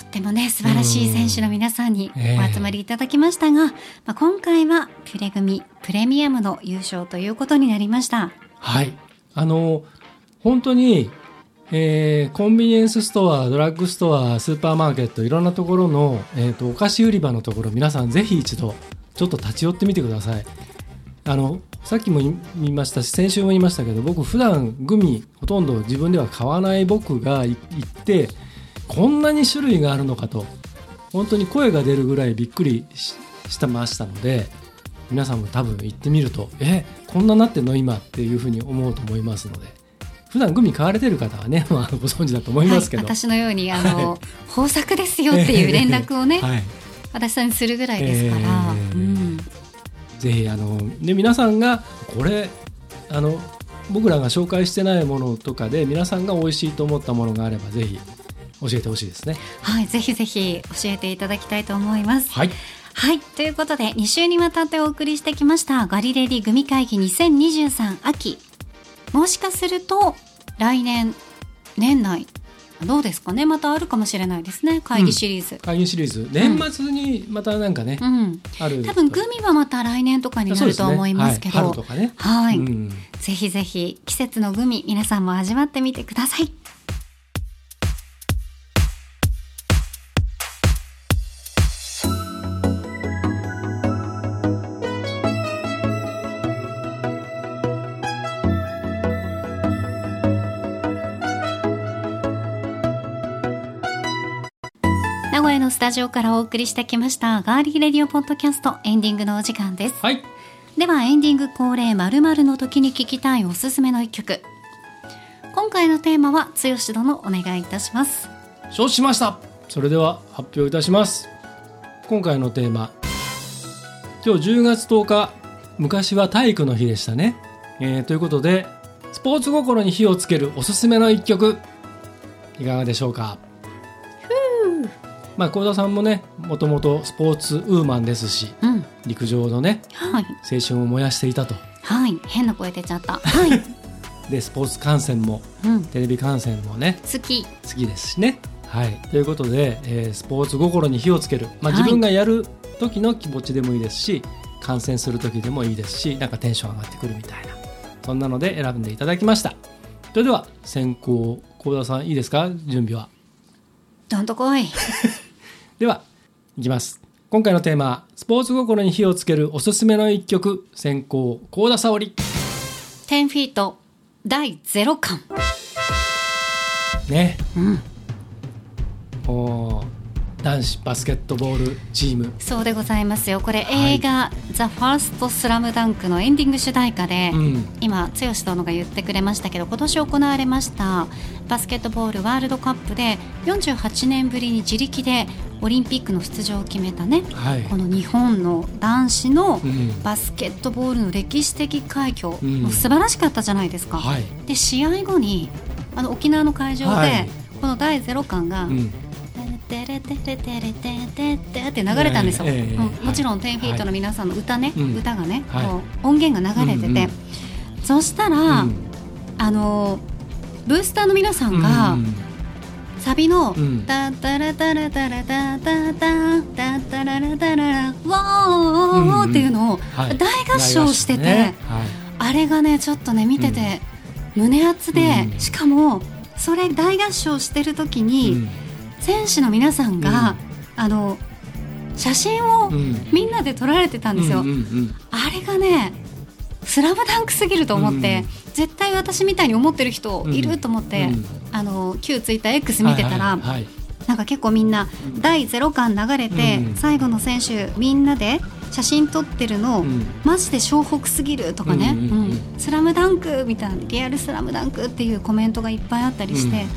Speaker 1: ってもね素晴らしい選手の皆さんに
Speaker 2: うんええ
Speaker 1: お集まりいただきましたが、まあ、今回はピュレグミプレミアムの優勝ということになりました
Speaker 2: はい。あの、本当に、えーコンビニエンスストア、ドラッグストア、スーパーマーケット、いろんなところの、えー、とお菓子売り場のところ、皆さんぜひ一度、ちょっと立ち寄ってみてください。あの、さっきも言い言いましたし、先週も言いましたけど、僕、普段グミ、ほとんど自分では買わない僕がい行って、こんなに種類があるのかと、本当に声が出るぐらいびっくりししてましたので、皆さんも多分行ってみるとえこんななってんの今っていうふうに思うと思いますので普段グミ買われてる方はね、 (laughs) まあ、ご存知だと思いますけど、
Speaker 1: はい、私のようにあの、豊作ですよっていう連絡をね、
Speaker 2: はい
Speaker 1: 私さんにするぐらいですから、
Speaker 2: えー
Speaker 1: うん、
Speaker 2: ぜひあので皆さんがこれあの僕らが紹介してないものとかで皆さんが美味しいと思ったものがあればぜひ教えてほしいですね。
Speaker 1: はい、ぜひぜひ教えていただきたいと思います。
Speaker 2: はい、
Speaker 1: はい、ということで2週にわたってお送りしてきました「ガリレディグミ会議2023秋」もしかすると来年年内どうですかねまたあるかもしれないですね会議シリーズ。
Speaker 2: 会議シリーズ年末にまたなんかね、
Speaker 1: うん
Speaker 2: ある
Speaker 1: 多分グミはまた来年とかになるとは思いますけど、
Speaker 2: そうですねはい、春とかね、
Speaker 1: はい、
Speaker 2: うん
Speaker 1: ぜひぜひ季節のグミ皆さんも味わってみてください。名古屋のスタジオからお送りしてきましたガーリーレディオポッドキャストエンディングのお時間です。
Speaker 2: はい
Speaker 1: ではエンディング恒例まるの時に聞きたいおすすめの一曲今回のテーマは剛殿お願いいたします
Speaker 2: 承知しましたそれでは発表いたします今回のテーマ今日10月10日昔は体育の日でしたね、えーということでスポーツ心に火をつけるおすすめの一曲いかがでしょうかまあ幸田さんもねもともとスポーツウーマンですし
Speaker 1: うん
Speaker 2: 陸上のね
Speaker 1: はい
Speaker 2: 青春を燃やしていたと
Speaker 1: はい変な声出ちゃったはい、
Speaker 2: でスポーツ観戦も
Speaker 1: うん、好
Speaker 2: テレビ観戦もね
Speaker 1: き
Speaker 2: 好きですしね。はい、ということで、えースポーツ心に火をつける、まあ、
Speaker 1: はい
Speaker 2: 自分がやる時の気持ちでもいいですし、観戦する時でもいいですしなんかテンション上がってくるみたいなそんなので選んでいただきましたそれでは先行幸田さんいいですか準備は
Speaker 1: どんとこい
Speaker 2: ではいきます今回のテーマ「スポーツ心に火をつけるおすすめの一曲」先行幸田沙織
Speaker 1: 10フィート第0巻
Speaker 2: ね
Speaker 1: うん
Speaker 2: もう男子バスケットボールチーム
Speaker 1: そうでございますよこれ
Speaker 2: はい
Speaker 1: 映画「ザ・ファーストスラムダンクのエンディング主題歌で、
Speaker 2: うん
Speaker 1: 今剛殿が言ってくれましたけど今年行われましたバスケットボールワールドカップで48年ぶりに自力でオリンピックの出場を決めたね
Speaker 2: はい
Speaker 1: この日本の男子の
Speaker 2: うん
Speaker 1: バスケットボールの歴史的快挙、
Speaker 2: うん
Speaker 1: もう素晴らしかったじゃないですか。
Speaker 2: はい
Speaker 1: で試合後にあの沖縄の会場で、
Speaker 2: はい
Speaker 1: この第ゼロ巻が、
Speaker 2: うん
Speaker 1: テレテレテレテレテレって流れたんですよ、
Speaker 2: ええええええ
Speaker 1: うんもちろん10フィートの皆さんの歌ね、
Speaker 2: うん
Speaker 1: 歌がね、
Speaker 2: はい
Speaker 1: こう音源が流れてて、
Speaker 2: うんうん
Speaker 1: そしたら、
Speaker 2: うん
Speaker 1: あのブースターの皆さんが、
Speaker 2: うん
Speaker 1: サビの「
Speaker 2: うん
Speaker 1: タタラタラタラタタタタタララタララワー」っていうのを
Speaker 2: はい
Speaker 1: 大合唱してて、
Speaker 2: ねはい
Speaker 1: あれがねちょっとね見てて胸熱で、
Speaker 2: うん
Speaker 1: しかもそれ大合唱してる時に、
Speaker 2: うん
Speaker 1: 選手の皆さんが、あの写真を
Speaker 2: うん
Speaker 1: みんなで撮られてたんですよ、
Speaker 2: うんうんうん
Speaker 1: あれがね「スラムダンクすぎると思って、絶対私みたいに思ってる人いると思って、
Speaker 2: うん
Speaker 1: あの旧ツイッター X 見てたら、
Speaker 2: はいはいはい
Speaker 1: なんか結構みんな第0巻流れて、
Speaker 2: うん
Speaker 1: 最後の選手みんなで写真撮ってるのを、
Speaker 2: うん
Speaker 1: マジで湘北すぎるとかね、
Speaker 2: うんうんうん
Speaker 1: うんスラムダンクみたいなリアルスラムダンクっていうコメントがいっぱいあったりして、
Speaker 2: うん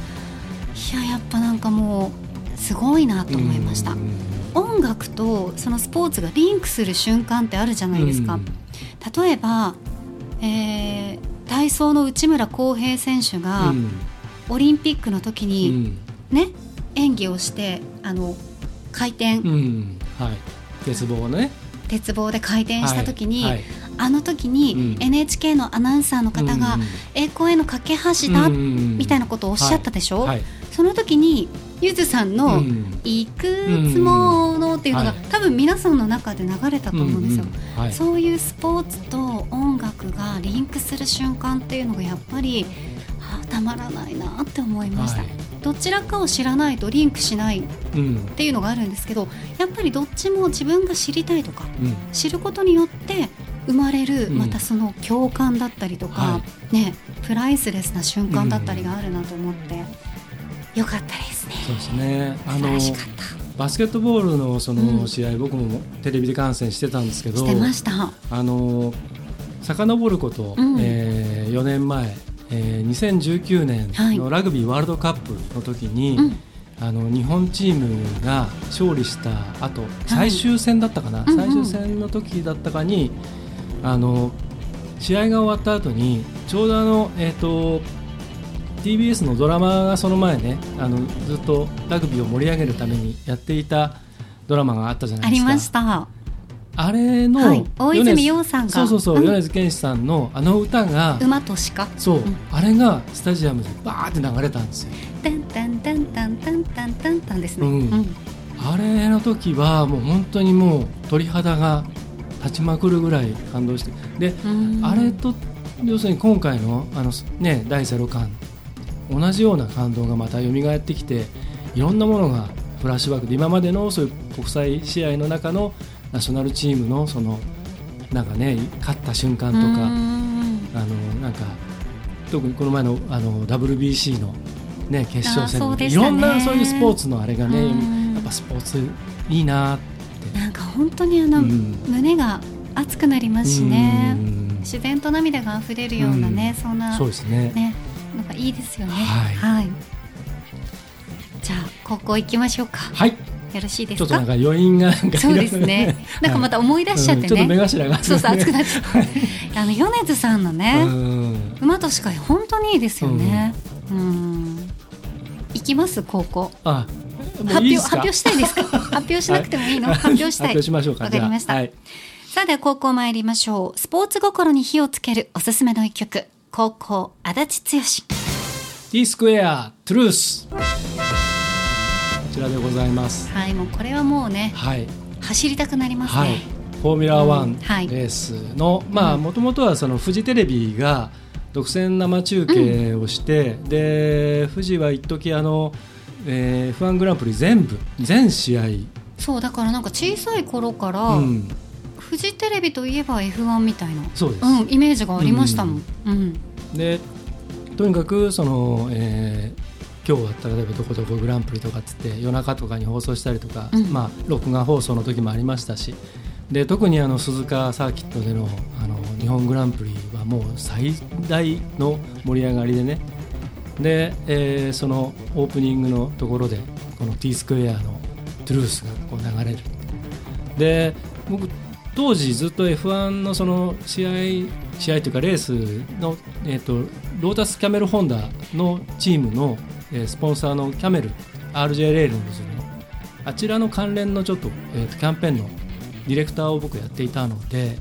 Speaker 1: いややっぱなんかもうすごいなと思いました、
Speaker 2: うん
Speaker 1: 音楽とそのスポーツがリンクする瞬間ってあるじゃないですか、
Speaker 2: うん
Speaker 1: 例えば、えー体操の内村航平選手が、
Speaker 2: うん
Speaker 1: オリンピックの時
Speaker 2: う
Speaker 1: に、
Speaker 2: ん
Speaker 1: ね、演技をしてあの回転、
Speaker 2: うんはい鉄棒ね
Speaker 1: 鉄棒で回転した時に、
Speaker 2: はいはい
Speaker 1: あの時に
Speaker 2: うん
Speaker 1: NHK のアナウンサーの方が
Speaker 2: うんうん
Speaker 1: 栄光への架け橋だ、み
Speaker 2: み
Speaker 1: たいなことをおっしゃったでしょ、
Speaker 2: はい
Speaker 1: その時にゆずさん
Speaker 2: う
Speaker 1: の
Speaker 2: ん
Speaker 1: 「いくつもの」っていうのが、
Speaker 2: うんうん
Speaker 1: 多分皆さんの中で流れたと思うんですよ。
Speaker 2: うんうんはい
Speaker 1: そういうスポーツと音楽がリンクする瞬間っていうのがやっぱり、はあ、たまらないなって思いました、
Speaker 2: はい
Speaker 1: どちらかを知らないとリンクしない
Speaker 2: うん
Speaker 1: っていうのがあるんですけどやっぱりどっちも自分が知りたいとか
Speaker 2: うん
Speaker 1: 知ることによって生まれる
Speaker 2: うん
Speaker 1: またその共感だったりとか、
Speaker 2: は
Speaker 1: ねプライスレスな瞬間だったりがあるなと思って、よかったですね
Speaker 2: そうですねあ
Speaker 1: 素晴
Speaker 2: の
Speaker 1: らしかった
Speaker 2: バスケットボールのそ
Speaker 1: うん
Speaker 2: の試合、僕もテレビで観戦してたんですけど
Speaker 1: してました
Speaker 2: あの遡ること、
Speaker 1: うん
Speaker 2: え4年前、えー2019
Speaker 1: はい
Speaker 2: 年のラグビーワールドカップの時に、
Speaker 1: うん
Speaker 2: あの日本チームが勝利した後最終戦だったかな、
Speaker 1: うんうん
Speaker 2: 最終戦の時だったかにあの試合が終わった後にちょうどあの、えー、と TBS のドラマがその前ねあのずっとラグビーを盛り上げるためにやっていたドラマがあったじゃな
Speaker 1: あ
Speaker 2: いで
Speaker 1: り
Speaker 2: すか。
Speaker 1: ました
Speaker 2: あれの、
Speaker 1: はい大泉洋
Speaker 2: 米津
Speaker 1: さんが
Speaker 2: そうそうそう、
Speaker 1: うん
Speaker 2: 米津玄師さんのあの歌が、
Speaker 1: 馬と鹿
Speaker 2: そう、
Speaker 1: ん
Speaker 2: あれがスタジアムでバーって流れたんですよ
Speaker 1: タンタンタンタンタンタンタンタンですね、
Speaker 2: うんあれの時はもう本当にもう鳥肌が立ちまくるぐらい感動してで、
Speaker 1: うん
Speaker 2: あれと要するに今回のあの、ね、第0巻同じような感動がまた蘇ってきていろんなものがフラッシュバックで今までのそういう国際試合の中のナショナルチームのそのなんかね勝った瞬間とか、
Speaker 1: うん
Speaker 2: あのなんか特にこの前のあの WBC の、ね、決勝戦
Speaker 1: あーそう
Speaker 2: で
Speaker 1: で
Speaker 2: い
Speaker 1: したね
Speaker 2: ろんなそういうスポーツのあれがね
Speaker 1: うん
Speaker 2: やっぱスポーツいいな
Speaker 1: なんか本当にあの、
Speaker 2: うん
Speaker 1: 胸が熱くなりますしね
Speaker 2: うん
Speaker 1: 自然と涙が溢れるようなね、
Speaker 2: うん
Speaker 1: そんな
Speaker 2: そうですね
Speaker 1: ね、なんかいいですよね。
Speaker 2: はい
Speaker 1: じゃあ高校行きましょうか。
Speaker 2: はい
Speaker 1: よろしいで
Speaker 2: ちょ
Speaker 1: す
Speaker 2: っとなん
Speaker 1: か。
Speaker 2: か余韻がなんか
Speaker 1: そうですね。なんかまた思い出しちゃって
Speaker 2: うんちょっと目
Speaker 1: ね。
Speaker 2: 頭が
Speaker 1: そうそう熱くなっちゃ
Speaker 2: (laughs) はい
Speaker 1: あの米津さんのね、
Speaker 2: うん
Speaker 1: 馬としか本当にいいですよね。うん。行きます高校。
Speaker 2: あ
Speaker 1: 発
Speaker 2: もうい
Speaker 1: 表
Speaker 2: いです
Speaker 1: 発
Speaker 2: か
Speaker 1: 表したいですか。
Speaker 2: (laughs)
Speaker 1: 発表しなくてもいいの。発表したい。
Speaker 2: 発表しましょうか
Speaker 1: わかりました。
Speaker 2: じゃあはい
Speaker 1: さあでは高校参りましょう。スポーツ心に火をつけるおすすめの一曲。高校足立剛。
Speaker 2: T スクエアトゥルースこちらでございます
Speaker 1: はいもうこれはもうね
Speaker 2: はい
Speaker 1: 走りたくなりますね。
Speaker 2: はい、フォーミュラーワ
Speaker 1: うん
Speaker 2: ン
Speaker 1: はい
Speaker 2: レースの、まあもともとはそのフジテレビが独占生中継をして、でフジは一時あの、えー、F1 グランプリ全部全試合、
Speaker 1: そうだからなんか小さい頃から、
Speaker 2: うん、
Speaker 1: フジテレビといえば F1 みたいな、
Speaker 2: そうです、
Speaker 1: うん、イメージがありましたもん。うん、
Speaker 2: でとにかくその、えー今日だったら例えばどこどこグランプリとかっつって夜中とかに放送したりとか、
Speaker 1: うん
Speaker 2: まあ、録画放送の時もありましたしで特にあの鈴鹿サーキットでのあの日本グランプリはもう最大の盛り上がりでねで、えーそのオープニングのところでこの T スクエアの「トゥルースがこう流れるで僕当時ずっと F1 のその試合試合というかレースの、えー、とロータスキャメルホンダのチームの、えースポンサーのキャメル RJ レールのですねあちらの関連のちょっと,、えーとキャンペーンのディレクターを僕やっていたので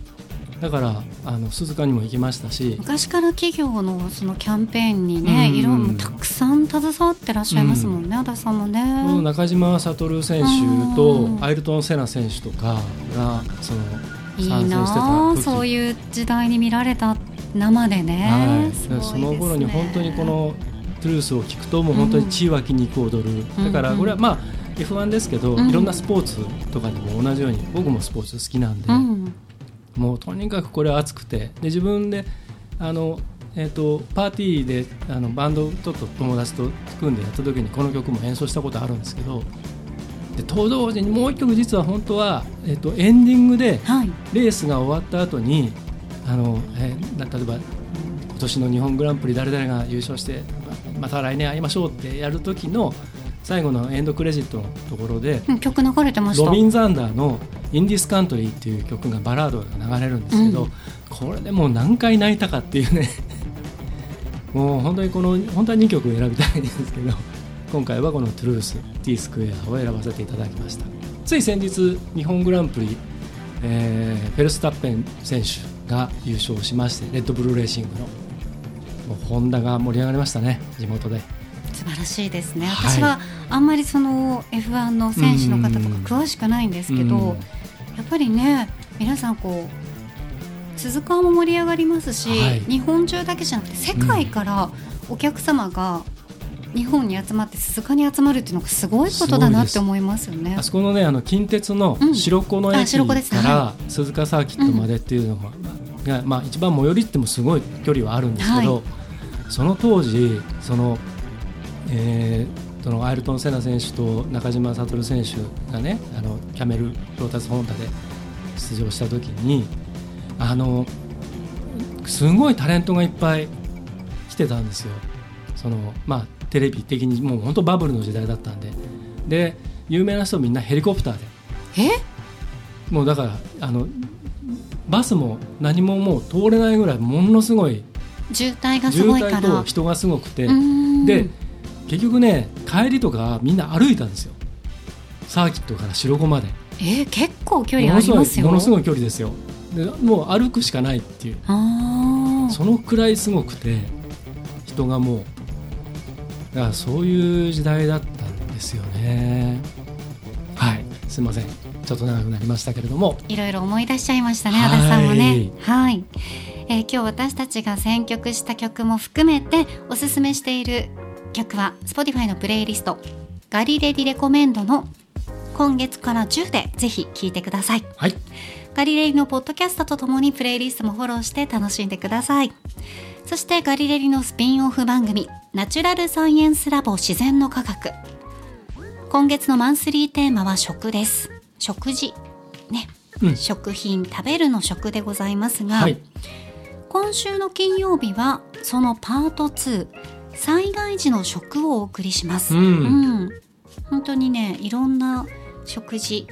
Speaker 2: だからあの鈴鹿にも行きましたし
Speaker 1: 昔から企業のそのキャンペーンにね、
Speaker 2: うん
Speaker 1: いろんたくさん携わってらっしゃいますもんね、足立さんもね。
Speaker 2: この中島悟選手とアイルトン・セナ選手とかがその
Speaker 1: いい
Speaker 2: 参戦してた
Speaker 1: なあ
Speaker 2: 時
Speaker 1: そういう時代に見られた生でね、
Speaker 2: はい、
Speaker 1: す
Speaker 2: だ
Speaker 1: ごい
Speaker 2: から
Speaker 1: です
Speaker 2: そ
Speaker 1: ね
Speaker 2: の頃に本当にこのトゥルースを聞くともう本当に血湧き肉踊る、
Speaker 1: ん
Speaker 2: だか
Speaker 1: う
Speaker 2: ら
Speaker 1: ん
Speaker 2: これはまあ F1 ですけど、
Speaker 1: うん
Speaker 2: いろんなスポーツとかでも同じように僕もスポーツ好きなんで、
Speaker 1: うん
Speaker 2: もうとにかくこれは熱くてで自分であの、えー、とパーティーであのバンドちょっと友達と組んでやった時にこの曲も演奏したことあるんですけどでと同時にもう一曲実は本当は、えー、とエンディングで
Speaker 1: はい
Speaker 2: レースが終わった後にあのえーな例えば今年の日本グランプリ誰々が優勝してままた来年会いましょうってやる時の最後のエンドクレジットのところで
Speaker 1: うん曲流れてました
Speaker 2: ロビン・ザンダーの「インディス・カントリー」っていう曲がバラードが流れるんですけど、
Speaker 1: うん
Speaker 2: これでもう何回泣いたかっていうね (laughs) もう本当にこの本当は2曲選びたいんですけど (laughs) 今回はこの「トゥルース T スクエア」を選ばせていただきましたつい先日日本グランプリ、えーフェルスタッペン選手が優勝しましてレッドブルーレーシングのもうホンダが盛り上がりましたね地元で。
Speaker 1: 素晴らしいですね
Speaker 2: はい
Speaker 1: 私はあんまりその F1 の選手の方と
Speaker 2: うん
Speaker 1: か詳しくないんですけど、
Speaker 2: うん
Speaker 1: やっぱりね皆さんこう鈴鹿も盛り上がりますし、
Speaker 2: はい
Speaker 1: 日本中だけじゃなくて世界からお客様が日本に集まって鈴鹿に集まるっていうのがすごいことだなって思いますよね
Speaker 2: あ。そこのねあの近鉄の
Speaker 1: うん
Speaker 2: 白子の
Speaker 1: あ
Speaker 2: 駅
Speaker 1: 白子ですね
Speaker 2: から鈴鹿サーキットまでっていうのが,、がまあ、一番最寄りってもすごい距離はあるんですけど、
Speaker 1: は
Speaker 2: その当時その、えーそのアイルトン・セナ選手と中島悟選手がねあのキャメル・ロータス・ホンダで出場した時にあのすごいタレントがいっぱい来てたんですよ。そのまあテレビ的にもう本当バブルの時代だったんでで有名な人みんなヘリコプターで
Speaker 1: え
Speaker 2: もうだからあのバスも何ももう通れないぐらいものすごい
Speaker 1: 渋滞がす
Speaker 2: 渋
Speaker 1: ごいか
Speaker 2: 滞と
Speaker 1: ら。
Speaker 2: 人がすごくて
Speaker 1: うーん
Speaker 2: で結局ね帰りとかみんな歩いたんですよサーキットから白子まで
Speaker 1: え結構距
Speaker 2: も
Speaker 1: 離あ
Speaker 2: のす
Speaker 1: り
Speaker 2: ご
Speaker 1: ま
Speaker 2: い
Speaker 1: すよ。
Speaker 2: ものすごい距離ですよでもう歩くしかないっていう
Speaker 1: あー
Speaker 2: そのくらいすごくて人がもうだからそういう時代だったんですよねはいすいませんちょっと長くなりましたけれども
Speaker 1: いろいろ思い出しちゃいましたね、
Speaker 2: は
Speaker 1: 足
Speaker 2: い
Speaker 1: 立さんもね。はい、えー今日私たちが選曲した曲も含めておすすめしている曲は Spotify のプレイリスト「ガリレディレコメンド」の今月から10でぜひ聴いてください。
Speaker 2: はい
Speaker 1: ガリレリのポッドキャストとともにプレイリストもフォローして楽しんでください。そしてガリレリのスピンオフ番組ナチュラルサイエンスラボ自然の科学。今月のマンスリーテーマは食です。食事。ね。
Speaker 2: うん
Speaker 1: 食品食べるの食でございますが、
Speaker 2: はい
Speaker 1: 今週の金曜日はそのパート2災害時の食をお送りします、
Speaker 2: うん
Speaker 1: ん本当にねいろんな食事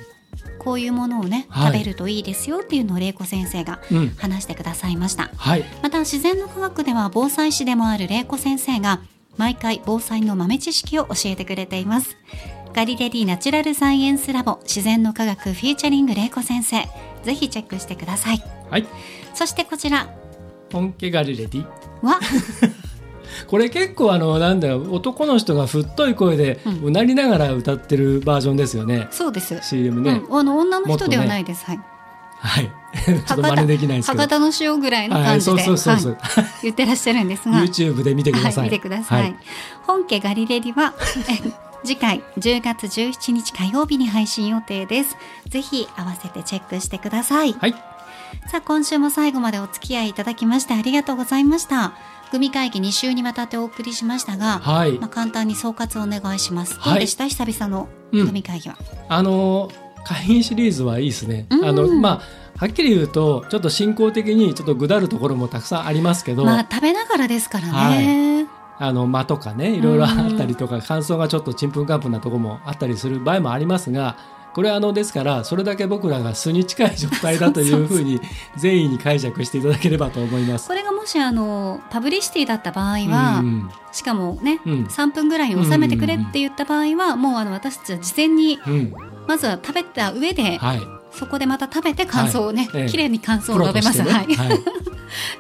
Speaker 1: こういうものをね、
Speaker 2: はい
Speaker 1: 食べるといいですよっていうのを玲子先生が
Speaker 2: うん
Speaker 1: 話してくださいました
Speaker 2: はい
Speaker 1: また自然の科学では防災士でもある玲子先生が毎回防災の豆知識を教えてくれていますガリレディナチュラルサイエンスラボ自然の科学フューチャリング玲子先生ぜひチェックしてください
Speaker 2: はい
Speaker 1: そしてこちら
Speaker 2: 本家ガリレディ
Speaker 1: は
Speaker 2: これ結構あのなんだよ男の人が太い声で
Speaker 1: うん
Speaker 2: うなりながら歌ってるバージョンですよね、
Speaker 1: そうです。
Speaker 2: CM ね、
Speaker 1: うん、あの女の
Speaker 2: もっ
Speaker 1: 人
Speaker 2: と
Speaker 1: で
Speaker 2: ね
Speaker 1: はないです。はい。
Speaker 2: はい (laughs) ちょっと真似できないですけど
Speaker 1: 博多の塩ぐらいの感じで、
Speaker 2: はいそうそうそうそう
Speaker 1: はい言ってらっしゃるんですが、
Speaker 2: (laughs) YouTube で見てください、
Speaker 1: はい、見てください。
Speaker 2: はい
Speaker 1: 本家ガリレディは次回10月17日火曜日に配信予定です。ぜひ合わせてチェックしてください。
Speaker 2: はい
Speaker 1: さあ今週も最後までお付き合いいただきましてありがとうございました組会議2週にわたってお送りしましたが、
Speaker 2: はい
Speaker 1: まあ、簡単に総括をお願いします、
Speaker 2: はい
Speaker 1: どうでした久々の
Speaker 2: うん
Speaker 1: 組会議は、
Speaker 2: あの会員シリーズはいいですね。
Speaker 1: うん
Speaker 2: あのまあはっきり言うとちょっと進行的にちょっとぐだるところもたくさんありますけど、
Speaker 1: まあ食べながらですからね、
Speaker 2: あの間とかねいろいろあったりとか感想がちょっとちんぷんかんぷんなところもあったりする場合もありますがこれはあのですからそれだけ僕らが素に近い状態だとい
Speaker 1: そう
Speaker 2: う
Speaker 1: そうそう
Speaker 2: ふうに善意に解釈していただければと思います。
Speaker 1: これがもしあのパブリシティだった場合は、
Speaker 2: うんうん
Speaker 1: しかもね、
Speaker 2: うん
Speaker 1: 3分ぐらいに収めてくれって言った場合は、もうあの私たちは事前に
Speaker 2: うん、
Speaker 1: まずは食べた上で、
Speaker 2: はい、
Speaker 1: そこでまた食べて感想をね、
Speaker 2: はいええ
Speaker 1: 綺麗に感想を述べます、
Speaker 2: プロと
Speaker 1: は
Speaker 2: し
Speaker 1: い
Speaker 2: てね、はい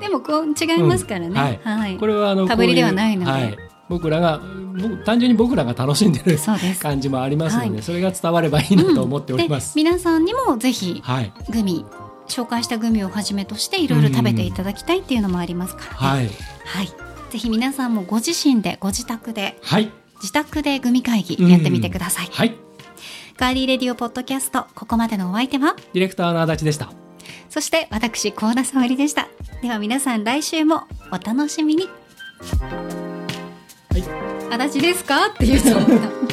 Speaker 1: でもこう違いますからね、
Speaker 2: うん
Speaker 1: はい、
Speaker 2: これはあの
Speaker 1: かぶりでは
Speaker 2: こうう
Speaker 1: ないので
Speaker 2: はい、僕らが僕単純に僕らが楽しんでる
Speaker 1: そうです
Speaker 2: 感じもありますので、
Speaker 1: はい
Speaker 2: それが伝わればいいなと思っておりま
Speaker 1: う
Speaker 2: す。
Speaker 1: んで皆さんにもぜひ
Speaker 2: はい、
Speaker 1: グミ紹介したグミをはじめとしていろいろ食べていただきたいっていうのもありますから、ね
Speaker 2: はい、
Speaker 1: はいぜひ皆さんもご自身でご自宅で
Speaker 2: はい、
Speaker 1: 自宅でグミ会議やってみてください、
Speaker 2: はい、
Speaker 1: ガーリーレディオポッドキャストここまでのお相手は
Speaker 2: ディレクターの足立でした。
Speaker 1: そして私高田沙織でしたでは皆さん来週もお楽しみに、
Speaker 2: はい
Speaker 1: 足立ですかっていう人もいた